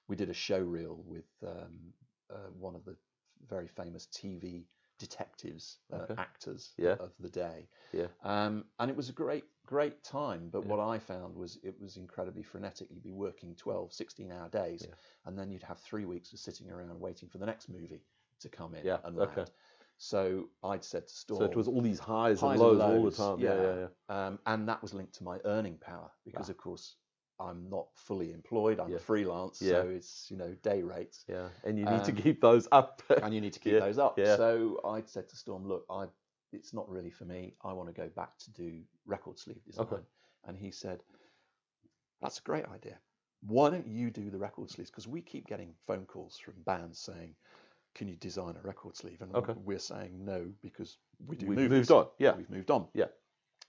[SPEAKER 2] we did a show reel with um, uh, one of the very famous TV detectives, uh,
[SPEAKER 1] Okay.
[SPEAKER 2] actors
[SPEAKER 1] Yeah.
[SPEAKER 2] of the day.
[SPEAKER 1] Yeah.
[SPEAKER 2] Um, and it was a great, great time. But
[SPEAKER 1] Yeah.
[SPEAKER 2] what I found was it was incredibly frenetic. You'd be working 12, 16 hour days,
[SPEAKER 1] Yeah.
[SPEAKER 2] and then you'd have three weeks of sitting around waiting for the next movie to come in
[SPEAKER 1] Yeah,
[SPEAKER 2] and land.
[SPEAKER 1] okay.
[SPEAKER 2] So I'd said to Storm,
[SPEAKER 1] So it was all these highs,
[SPEAKER 2] Oh. Highs
[SPEAKER 1] and
[SPEAKER 2] and
[SPEAKER 1] lows all the
[SPEAKER 2] lows,
[SPEAKER 1] time. Yeah. Yeah.
[SPEAKER 2] yeah.
[SPEAKER 1] Yeah.
[SPEAKER 2] um, and that was linked to my earning power because, of course, I'm not fully employed. I'm
[SPEAKER 1] Ah. Yeah.
[SPEAKER 2] a freelance,
[SPEAKER 1] Yeah.
[SPEAKER 2] so it's you know day rates.
[SPEAKER 1] Yeah. And you need to
[SPEAKER 2] Um,
[SPEAKER 1] keep those up.
[SPEAKER 2] and you need to keep
[SPEAKER 1] Yeah,
[SPEAKER 2] those up.
[SPEAKER 1] yeah.
[SPEAKER 2] So I said to Storm, look, I it's not really for me. I want to go back to do record sleeve design.
[SPEAKER 1] Okay.
[SPEAKER 2] And he said, that's a great idea. Why don't you do the record sleeves? Because we keep getting phone calls from bands saying, can you design a record sleeve? And
[SPEAKER 1] Okay.
[SPEAKER 2] we're saying no because we do
[SPEAKER 1] We've
[SPEAKER 2] movies.
[SPEAKER 1] moved on. Yeah.
[SPEAKER 2] We've moved on.
[SPEAKER 1] Yeah.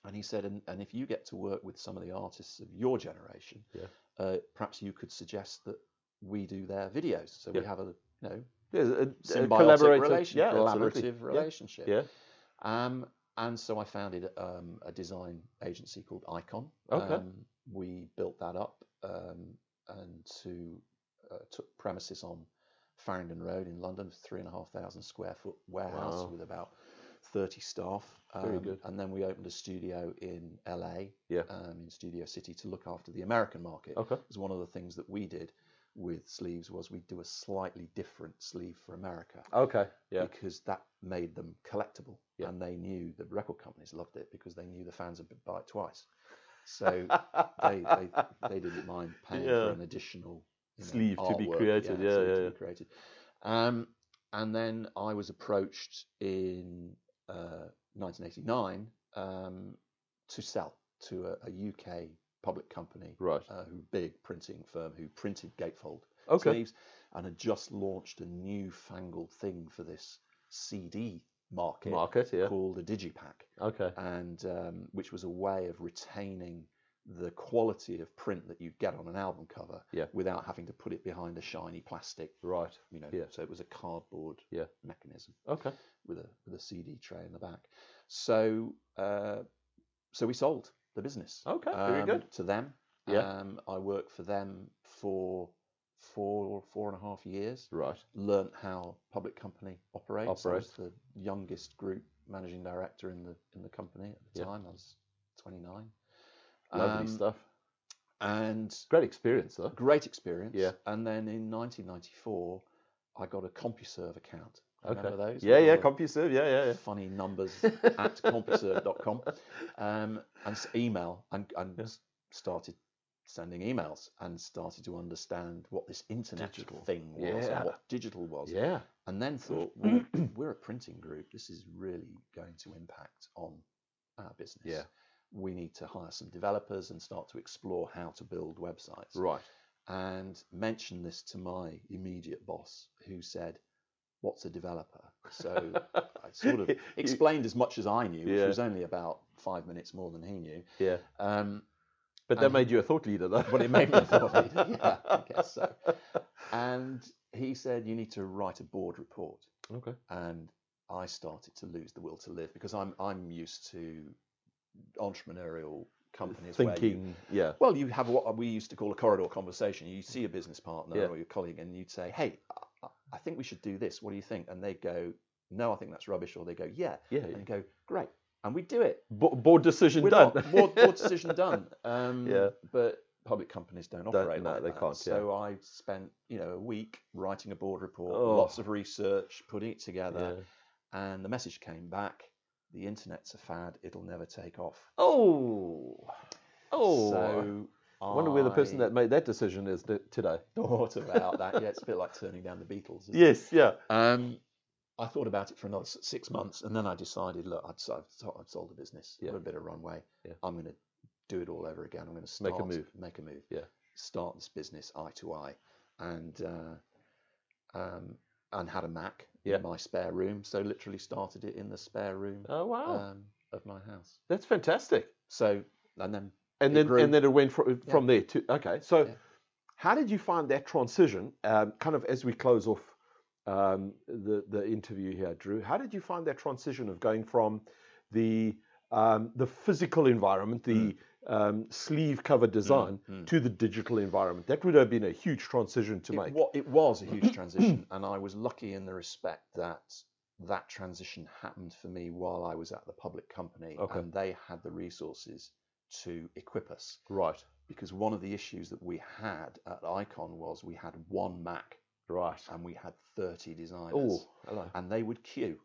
[SPEAKER 2] And he said, and, and if you get to work with some of the artists of your generation,
[SPEAKER 1] Yeah.
[SPEAKER 2] uh, perhaps you could suggest that we do their videos. So
[SPEAKER 1] Yeah.
[SPEAKER 2] we have a, you know,
[SPEAKER 1] Yeah, uh, a- a
[SPEAKER 2] symbiotic
[SPEAKER 1] collaborative-
[SPEAKER 2] relation,
[SPEAKER 1] yeah, absolutely.
[SPEAKER 2] collaborative relationship.
[SPEAKER 1] Yeah.
[SPEAKER 2] Um, and so I founded um, a design agency called Icon.
[SPEAKER 1] Okay.
[SPEAKER 2] Um, we built that up um, and to uh, took premises on Farringdon Road in London, three and a half thousand square foot warehouse
[SPEAKER 1] Wow.
[SPEAKER 2] with about thirty staff. Um,
[SPEAKER 1] Very good.
[SPEAKER 2] And then we opened a studio in LA,
[SPEAKER 1] Yeah. Oh.
[SPEAKER 2] um, in Studio City, to look after the American market
[SPEAKER 1] Okay.
[SPEAKER 2] was one of the things that we did with sleeves was we do a slightly different sleeve for America
[SPEAKER 1] Okay. Yeah.
[SPEAKER 2] because that made them collectible
[SPEAKER 1] Yeah.
[SPEAKER 2] and they knew the record companies loved it because they knew the fans would buy it twice. So they, they they didn't mind paying
[SPEAKER 1] Yeah.
[SPEAKER 2] for an additional you know,
[SPEAKER 1] Sleeve to be
[SPEAKER 2] artwork,
[SPEAKER 1] created, yeah,
[SPEAKER 2] sleeve
[SPEAKER 1] yeah,
[SPEAKER 2] to
[SPEAKER 1] yeah.
[SPEAKER 2] be created. Um, and then I was approached in uh, 1989 um, to sell to a, a UK public company
[SPEAKER 1] Right.
[SPEAKER 2] uh, who big printing firm who printed gatefold
[SPEAKER 1] Okay.
[SPEAKER 2] sleeves and had just launched a newfangled thing for this CD market
[SPEAKER 1] Market. Yeah.
[SPEAKER 2] called a digipack,
[SPEAKER 1] Okay.
[SPEAKER 2] and um, which was a way of retaining the quality of print that you'd get on an album cover
[SPEAKER 1] Yeah.
[SPEAKER 2] without having to put it behind a shiny plastic,
[SPEAKER 1] Right.
[SPEAKER 2] you know.
[SPEAKER 1] Yeah.
[SPEAKER 2] So it was a cardboard
[SPEAKER 1] Yeah.
[SPEAKER 2] mechanism
[SPEAKER 1] Okay.
[SPEAKER 2] with a with a CD tray in the back. So uh, so we sold the business
[SPEAKER 1] Okay. Very
[SPEAKER 2] um,
[SPEAKER 1] good.
[SPEAKER 2] to them.
[SPEAKER 1] Yeah.
[SPEAKER 2] Um, I worked for them for four four and a half years.
[SPEAKER 1] Right.
[SPEAKER 2] Learned how public company operates. I
[SPEAKER 1] Operates.
[SPEAKER 2] was the youngest group managing director in the in the company at the
[SPEAKER 1] Yeah.
[SPEAKER 2] time. I was twenty nine.
[SPEAKER 1] Lovely
[SPEAKER 2] Um,
[SPEAKER 1] stuff.
[SPEAKER 2] And
[SPEAKER 1] Great experience, though.
[SPEAKER 2] great experience.
[SPEAKER 1] Yeah.
[SPEAKER 2] And then in nineteen ninety four, I got a CompuServe account.
[SPEAKER 1] Okay.
[SPEAKER 2] Remember those?
[SPEAKER 1] Yeah.
[SPEAKER 2] With
[SPEAKER 1] Yeah.
[SPEAKER 2] all the
[SPEAKER 1] CompuServe. Yeah. Yeah. yeah.
[SPEAKER 2] Funny numbers at compuserve.com um, and s- email and, and
[SPEAKER 1] Yeah.
[SPEAKER 2] s- started sending emails and started to understand what this internet
[SPEAKER 1] Digital.
[SPEAKER 2] thing was
[SPEAKER 1] Yeah.
[SPEAKER 2] and what digital was
[SPEAKER 1] Yeah.
[SPEAKER 2] and then thought well, we're a printing group this is really going to impact on our business.
[SPEAKER 1] Yeah.
[SPEAKER 2] We need to hire some developers and start to explore how to build websites.
[SPEAKER 1] Right.
[SPEAKER 2] And mentioned this to my immediate boss, who said, What's a developer? So I sort of
[SPEAKER 1] You-
[SPEAKER 2] explained as much as I knew,
[SPEAKER 1] Yeah.
[SPEAKER 2] which was only about five minutes more than he knew.
[SPEAKER 1] Yeah.
[SPEAKER 2] Um,
[SPEAKER 1] But that
[SPEAKER 2] And-
[SPEAKER 1] made you a thought leader, though.
[SPEAKER 2] but it made me a thought leader. Yeah, I guess so. and he said, You need to write a board report.
[SPEAKER 1] Okay.
[SPEAKER 2] and I started to lose the will to live because I'm I'm used to entrepreneurial companies where you,
[SPEAKER 1] Thinking. Yeah.
[SPEAKER 2] well you have what we used to call a corridor conversation. You see a business partner
[SPEAKER 1] Mm-hmm. Yeah.
[SPEAKER 2] or your colleague and you'd say, "Hey, I, I think we should do this. What do you think?" And they go, "No, I think that's rubbish," or they go, "Yeah,"
[SPEAKER 1] Yeah.
[SPEAKER 2] and you go, "Great," and we do it.
[SPEAKER 1] Bo- board decision
[SPEAKER 2] We're
[SPEAKER 1] done.
[SPEAKER 2] not- board, board decision done. Um,
[SPEAKER 1] Yeah.
[SPEAKER 2] But public companies don't operate
[SPEAKER 1] no,
[SPEAKER 2] like
[SPEAKER 1] they
[SPEAKER 2] that.
[SPEAKER 1] can't, yeah.
[SPEAKER 2] So I spent you know a week writing a board report,
[SPEAKER 1] Oh.
[SPEAKER 2] lots of research, putting it together
[SPEAKER 1] Yeah.
[SPEAKER 2] and the message came back the internet's a fad it'll never take off
[SPEAKER 1] Oh. Oh.
[SPEAKER 2] so
[SPEAKER 1] I wonder where the person that made that decision is th- today.
[SPEAKER 2] thought about that yeah it's a bit like turning down the beatles isn't it?
[SPEAKER 1] Yes, yeah.
[SPEAKER 2] um i thought about it for another s- six months and then i decided look i'd, s- I've, so- I've sold the business
[SPEAKER 1] Yeah.
[SPEAKER 2] got a bit of runway
[SPEAKER 1] Yeah.
[SPEAKER 2] i'm going to do it all over again i'm going to
[SPEAKER 1] Make a
[SPEAKER 2] start
[SPEAKER 1] move.
[SPEAKER 2] make a move
[SPEAKER 1] Yeah.
[SPEAKER 2] start this business eye to eye and uh um and had a mac
[SPEAKER 1] Yeah.
[SPEAKER 2] in my spare room so literally started it in the spare room
[SPEAKER 1] Oh wow,
[SPEAKER 2] um, of my house
[SPEAKER 1] that's fantastic.
[SPEAKER 2] So, and then
[SPEAKER 1] And
[SPEAKER 2] it
[SPEAKER 1] then
[SPEAKER 2] grew.
[SPEAKER 1] and then it went from, from there to okay. So,
[SPEAKER 2] Yeah.
[SPEAKER 1] how did you find that transition? Um, kind of as we close off um, the the interview here, Drew. How did you find that transition of going from the um, the physical environment,
[SPEAKER 2] Mm.
[SPEAKER 1] the um, sleeve cover design, to the digital environment? That would have been a huge transition to
[SPEAKER 2] it,
[SPEAKER 1] make.
[SPEAKER 2] wa- it was a huge transition, and I was lucky in the respect that that transition happened for me while I was at the public company,
[SPEAKER 1] Okay.
[SPEAKER 2] and they had the resources to equip us.
[SPEAKER 1] Right,
[SPEAKER 2] Because one of the issues that we had at Icon was we had one Mac
[SPEAKER 1] right.
[SPEAKER 2] and we had 30 designers,
[SPEAKER 1] Oh, hello.
[SPEAKER 2] and they would queue.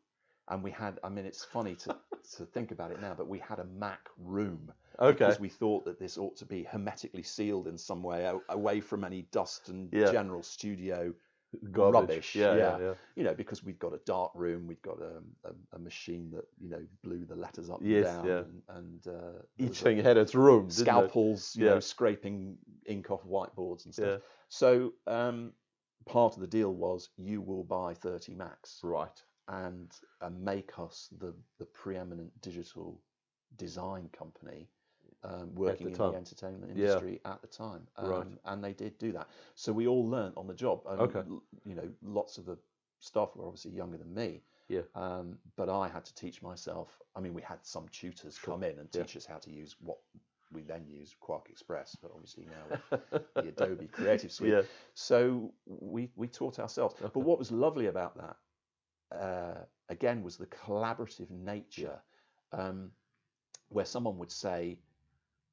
[SPEAKER 2] And we had, I mean, it's funny to, to think about it now, but we had a Mac room.
[SPEAKER 1] Okay.
[SPEAKER 2] because we thought that this ought to be hermetically sealed in some way, a- away from any dust and
[SPEAKER 1] Yeah.
[SPEAKER 2] general studio.
[SPEAKER 1] Garbage.
[SPEAKER 2] rubbish,
[SPEAKER 1] Yeah, yeah,
[SPEAKER 2] yeah.
[SPEAKER 1] yeah.
[SPEAKER 2] You know, because we've got a dark room, we've got a, a, a machine that you know blew the letters up
[SPEAKER 1] Yes,
[SPEAKER 2] and down,
[SPEAKER 1] yeah.
[SPEAKER 2] and, and uh, there
[SPEAKER 1] Each
[SPEAKER 2] was a-
[SPEAKER 1] thing had its room. didn't it?
[SPEAKER 2] scalpels, you
[SPEAKER 1] Yeah.
[SPEAKER 2] know, scraping ink off whiteboards and stuff.
[SPEAKER 1] Yeah.
[SPEAKER 2] So um, part of the deal was you will buy thirty Macs
[SPEAKER 1] Right.
[SPEAKER 2] and, and make us the the preeminent digital design company um, working in
[SPEAKER 1] time.
[SPEAKER 2] the entertainment
[SPEAKER 1] Yeah.
[SPEAKER 2] industry at the time. Um,
[SPEAKER 1] Right.
[SPEAKER 2] And they did do that. So we all learnt on the job. And,
[SPEAKER 1] Okay.
[SPEAKER 2] l- You know, lots of the staff were obviously younger than me.
[SPEAKER 1] Yeah.
[SPEAKER 2] Um, but I had to teach myself. I mean, we had some tutors
[SPEAKER 1] Sure.
[SPEAKER 2] come in and
[SPEAKER 1] Yeah.
[SPEAKER 2] teach us how to use what we then use Quark Express, but obviously now with the Adobe Creative Suite.
[SPEAKER 1] Yeah.
[SPEAKER 2] So we we taught ourselves.
[SPEAKER 1] Okay.
[SPEAKER 2] But what was lovely about that, uh, again, was the collaborative nature, um, where someone would say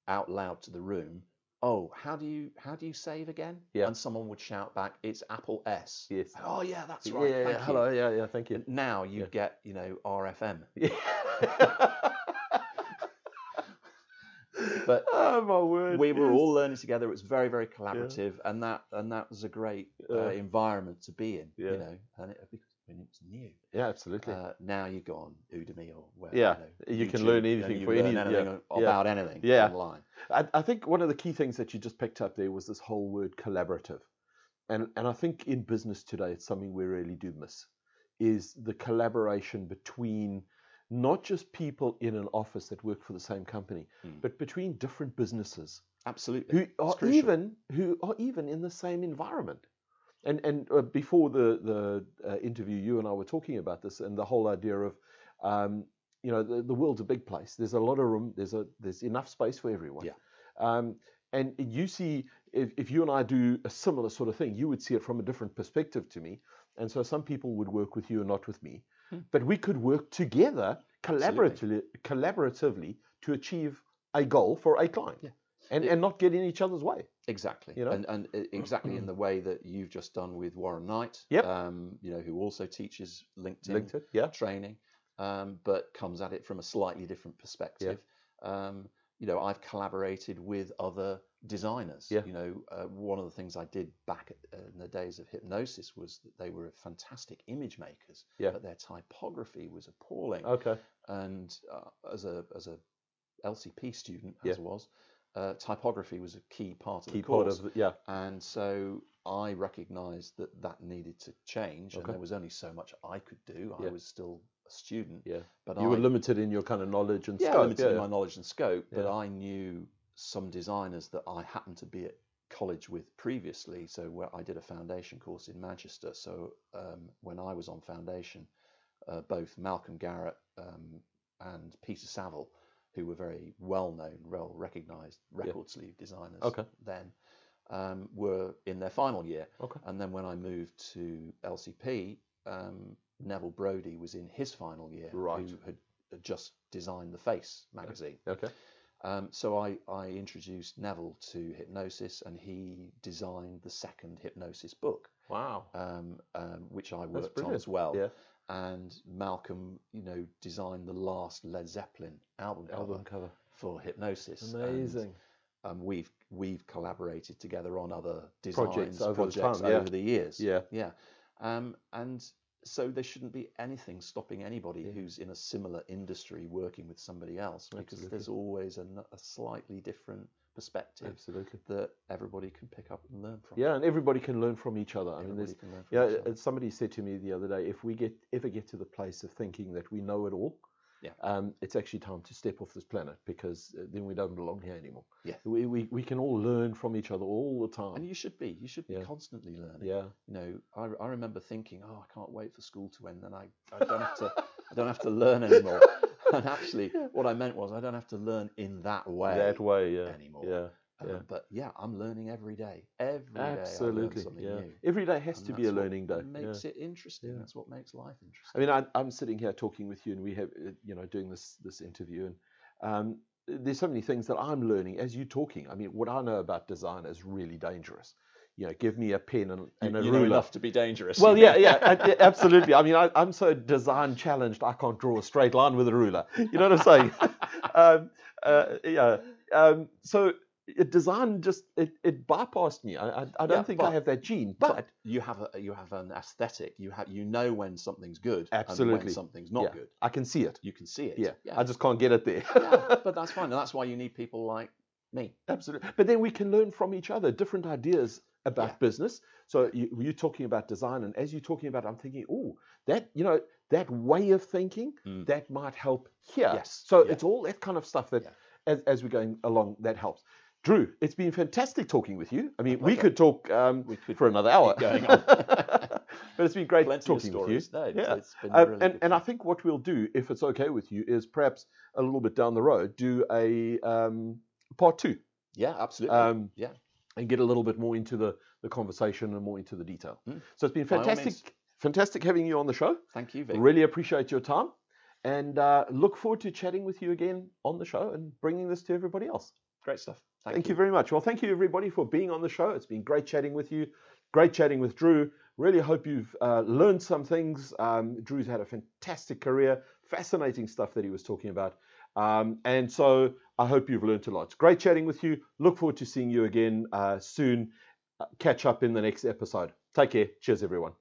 [SPEAKER 2] out loud to the room, "Oh, how do you how do you save again?"
[SPEAKER 1] Yeah.
[SPEAKER 2] And someone would shout back, "It's Apple S."
[SPEAKER 1] Yes.
[SPEAKER 2] Oh yeah, that's right.
[SPEAKER 1] Yeah, yeah,
[SPEAKER 2] thank
[SPEAKER 1] yeah.
[SPEAKER 2] you."
[SPEAKER 1] Hello. Yeah. Yeah. Thank you.
[SPEAKER 2] And Now you
[SPEAKER 1] Yeah.
[SPEAKER 2] get you know RFM. But
[SPEAKER 1] oh my word.
[SPEAKER 2] we were
[SPEAKER 1] yes.
[SPEAKER 2] all learning together. It was very, very collaborative, and that and that was a great
[SPEAKER 1] Yeah.
[SPEAKER 2] uh, environment to be in.
[SPEAKER 1] Yeah.
[SPEAKER 2] You know, and it, because when it was new,
[SPEAKER 1] Yeah, absolutely.
[SPEAKER 2] uh, now you go on Udemy or where,
[SPEAKER 1] Yeah,
[SPEAKER 2] you, know,
[SPEAKER 1] you can
[SPEAKER 2] YouTube,
[SPEAKER 1] learn
[SPEAKER 2] and
[SPEAKER 1] anything
[SPEAKER 2] you
[SPEAKER 1] for
[SPEAKER 2] learn
[SPEAKER 1] any- yeah,
[SPEAKER 2] anything
[SPEAKER 1] yeah.
[SPEAKER 2] about anything
[SPEAKER 1] Yeah.
[SPEAKER 2] online.
[SPEAKER 1] I, I think one of the key things that you just picked up there was this whole word collaborative, and and I think in business today it's something we really do miss, is the collaboration between not just people in an office that work for the same company,
[SPEAKER 2] Mm.
[SPEAKER 1] but between different businesses.
[SPEAKER 2] Absolutely,
[SPEAKER 1] who are
[SPEAKER 2] crucial.
[SPEAKER 1] even who are even in the same environment. And and uh, before the the uh, interview, you and I were talking about this and the whole idea of, um, you know, the, the world's a big place. There's a lot of room. There's a there's enough space for everyone.
[SPEAKER 2] Yeah.
[SPEAKER 1] Um, and you see, if, if you and I do a similar sort of thing, you would see it from a different perspective to me. And so some people would work with you and not with me,
[SPEAKER 2] Hmm.
[SPEAKER 1] but we could work together collaboratively,
[SPEAKER 2] Absolutely.
[SPEAKER 1] collaboratively to achieve a goal for a client
[SPEAKER 2] Yeah.
[SPEAKER 1] and,
[SPEAKER 2] It-
[SPEAKER 1] and not get in each other's way.
[SPEAKER 2] exactly,
[SPEAKER 1] you know?
[SPEAKER 2] and and uh, exactly in the way that you've just done with Warren Knight.
[SPEAKER 1] Yep.
[SPEAKER 2] um, you know, who also teaches LinkedIn,
[SPEAKER 1] LinkedIn, yeah,
[SPEAKER 2] training, um, but comes at it from a slightly different perspective. Um, you know, I've collaborated with other designers.
[SPEAKER 1] Yeah.
[SPEAKER 2] You know, uh, one of the things I did back at, uh, in the days of hypnosis was that they were fantastic image makers,
[SPEAKER 1] Yeah. Oh.
[SPEAKER 2] but their typography was appalling.
[SPEAKER 1] okay,
[SPEAKER 2] And uh, as a as a LCP student,
[SPEAKER 1] Yeah.
[SPEAKER 2] as I was, uh, typography was a key part of
[SPEAKER 1] Key
[SPEAKER 2] the course.
[SPEAKER 1] part of the, yeah.
[SPEAKER 2] And so I recognised that that needed to change, and
[SPEAKER 1] Okay.
[SPEAKER 2] there was only so much I could do. I
[SPEAKER 1] Yeah.
[SPEAKER 2] was still a student,
[SPEAKER 1] Yeah.
[SPEAKER 2] but
[SPEAKER 1] You
[SPEAKER 2] I
[SPEAKER 1] were limited in your kind of knowledge and
[SPEAKER 2] yeah,
[SPEAKER 1] scope.
[SPEAKER 2] limited in
[SPEAKER 1] yeah,
[SPEAKER 2] my knowledge and scope. But
[SPEAKER 1] Yeah.
[SPEAKER 2] I knew some designers that I happened to be at college with previously. So where I did a foundation course in Manchester. So um, when I was on foundation, uh, both Malcolm Garrett um, and Peter Saville, who were very well known, well recognised record sleeve designers
[SPEAKER 1] Okay.
[SPEAKER 2] then, um, were in their final year.
[SPEAKER 1] Okay.
[SPEAKER 2] And then when I moved to LCP, um, Neville Brody was in his final year,
[SPEAKER 1] Right.
[SPEAKER 2] who had had just designed the Face magazine.
[SPEAKER 1] Okay.
[SPEAKER 2] Um, so I, I introduced Neville to hypnosis, and he designed the second hypnosis book,
[SPEAKER 1] Wow.
[SPEAKER 2] um, um, which I worked on
[SPEAKER 1] brilliant.
[SPEAKER 2] as well.
[SPEAKER 1] Yeah.
[SPEAKER 2] And Malcolm, you know, designed the last Led Zeppelin album, cover
[SPEAKER 1] Album cover.
[SPEAKER 2] for hypnosis. and,
[SPEAKER 1] Amazing.
[SPEAKER 2] um, we've we've collaborated together on other designs
[SPEAKER 1] Projects
[SPEAKER 2] projects
[SPEAKER 1] over the
[SPEAKER 2] over,
[SPEAKER 1] time, yeah.
[SPEAKER 2] the years.
[SPEAKER 1] yeah.
[SPEAKER 2] Yeah. Um, and so there shouldn't be anything stopping anybody
[SPEAKER 1] Yeah.
[SPEAKER 2] who's in a similar industry working with somebody else because
[SPEAKER 1] Absolutely.
[SPEAKER 2] there's always a, n- a slightly different perspective
[SPEAKER 1] Absolutely.
[SPEAKER 2] that everybody can pick up and learn from.
[SPEAKER 1] Yeah, and everybody can learn from each other. I mean,
[SPEAKER 2] Everybody
[SPEAKER 1] there's
[SPEAKER 2] can learn from
[SPEAKER 1] Yeah,
[SPEAKER 2] each other.
[SPEAKER 1] uh, somebody said to me the other day, if we get ever get to the place of thinking that we know it all,
[SPEAKER 2] Yeah.
[SPEAKER 1] um, it's actually time to step off this planet because uh, then we don't belong here anymore.
[SPEAKER 2] Yeah.
[SPEAKER 1] we, we, we can all learn from each other all the
[SPEAKER 2] And
[SPEAKER 1] time.
[SPEAKER 2] you should be. You should be
[SPEAKER 1] Yeah.
[SPEAKER 2] constantly learning.
[SPEAKER 1] yeah,
[SPEAKER 2] You know, I, re- I remember thinking, oh, I can't wait for school to end, and I, I don't have to I don't have to learn anymore. and actually,
[SPEAKER 1] Yeah.
[SPEAKER 2] what I meant was I don't have to learn in that way.
[SPEAKER 1] that way, yeah,
[SPEAKER 2] anymore.
[SPEAKER 1] yeah,
[SPEAKER 2] Um,
[SPEAKER 1] yeah.
[SPEAKER 2] But yeah, I'm learning every day. Every day I learn
[SPEAKER 1] absolutely,
[SPEAKER 2] something
[SPEAKER 1] yeah.
[SPEAKER 2] new.
[SPEAKER 1] Every day has
[SPEAKER 2] And
[SPEAKER 1] to be a
[SPEAKER 2] that's what
[SPEAKER 1] learning day. yeah.
[SPEAKER 2] Makes it interesting.
[SPEAKER 1] Yeah.
[SPEAKER 2] That's what makes life interesting.
[SPEAKER 1] I mean, I, I'm sitting here talking with you, and we have, uh, you know, doing this this interview, and um, there's so many things that I'm learning as you talking. I mean, what I know about design is really dangerous. You know, give me a pen and, and a ruler.
[SPEAKER 2] to be dangerous.
[SPEAKER 1] well, yeah, yeah, a- yeah, absolutely. I mean, I, I'm so design challenged, I can't draw a straight line with a ruler. You know what I'm saying? um, uh, yeah. Um, so it, design just it, it bypassed me. I, I, I don't
[SPEAKER 2] Yeah,
[SPEAKER 1] think I
[SPEAKER 2] but-
[SPEAKER 1] have that gene,
[SPEAKER 2] but-
[SPEAKER 1] but
[SPEAKER 2] you have a you have an aesthetic. You have you know when something's good and
[SPEAKER 1] Absolutely.
[SPEAKER 2] when something's not
[SPEAKER 1] Yeah.
[SPEAKER 2] good.
[SPEAKER 1] I can see it.
[SPEAKER 2] You can see it.
[SPEAKER 1] Yeah,
[SPEAKER 2] yeah.
[SPEAKER 1] I just can't get it there.
[SPEAKER 2] yeah, but that's fine. And that's why you need people like me.
[SPEAKER 1] Absolutely. But then we can learn from each other different ideas about
[SPEAKER 2] Yeah.
[SPEAKER 1] business. So you, you're talking about design, and as you're talking about, it, I'm thinking, oh, that you know that way of thinking
[SPEAKER 2] Mm.
[SPEAKER 1] that might help here.
[SPEAKER 2] Yes,
[SPEAKER 1] So
[SPEAKER 2] yeah.
[SPEAKER 1] it's all that kind of stuff that,
[SPEAKER 2] Yeah.
[SPEAKER 1] as, as we're going along, that helps. Drew, it's been fantastic talking with you. I mean, we
[SPEAKER 2] pleasure.
[SPEAKER 1] could talk um,
[SPEAKER 2] We could
[SPEAKER 1] for another hour,
[SPEAKER 2] going on.
[SPEAKER 1] but it's been great
[SPEAKER 2] plenty of
[SPEAKER 1] talking with you.
[SPEAKER 2] stories. No, it's-
[SPEAKER 1] Yeah.
[SPEAKER 2] it's been
[SPEAKER 1] Um,
[SPEAKER 2] really
[SPEAKER 1] and,
[SPEAKER 2] good
[SPEAKER 1] and I
[SPEAKER 2] fun.
[SPEAKER 1] think what we'll do, if it's okay with you, is perhaps a little bit down the road do a um, part two
[SPEAKER 2] yeah, absolutely.
[SPEAKER 1] um,
[SPEAKER 2] yeah.
[SPEAKER 1] and get a little bit more into the, the conversation and more into the detail.
[SPEAKER 2] Mm.
[SPEAKER 1] So it's been
[SPEAKER 2] By all means.
[SPEAKER 1] fantastic, fantastic having you on the show.
[SPEAKER 2] Thank you, Vic.
[SPEAKER 1] Really appreciate your time, and uh, look forward to chatting with you again on the show and bringing this to everybody else.
[SPEAKER 2] Great stuff. Thank,
[SPEAKER 1] Thank, you. very much. Well, thank you everybody for being on the show. It's been great chatting with you. Great chatting with Drew. Really hope you've uh, learned some things. Um, Drew's had a fantastic career, fascinating stuff that he was talking about. Um, and so I hope you've learned a lot. Great chatting with you. Look forward to seeing you again uh, soon. Uh, catch up in the next episode. Take care. Cheers, everyone.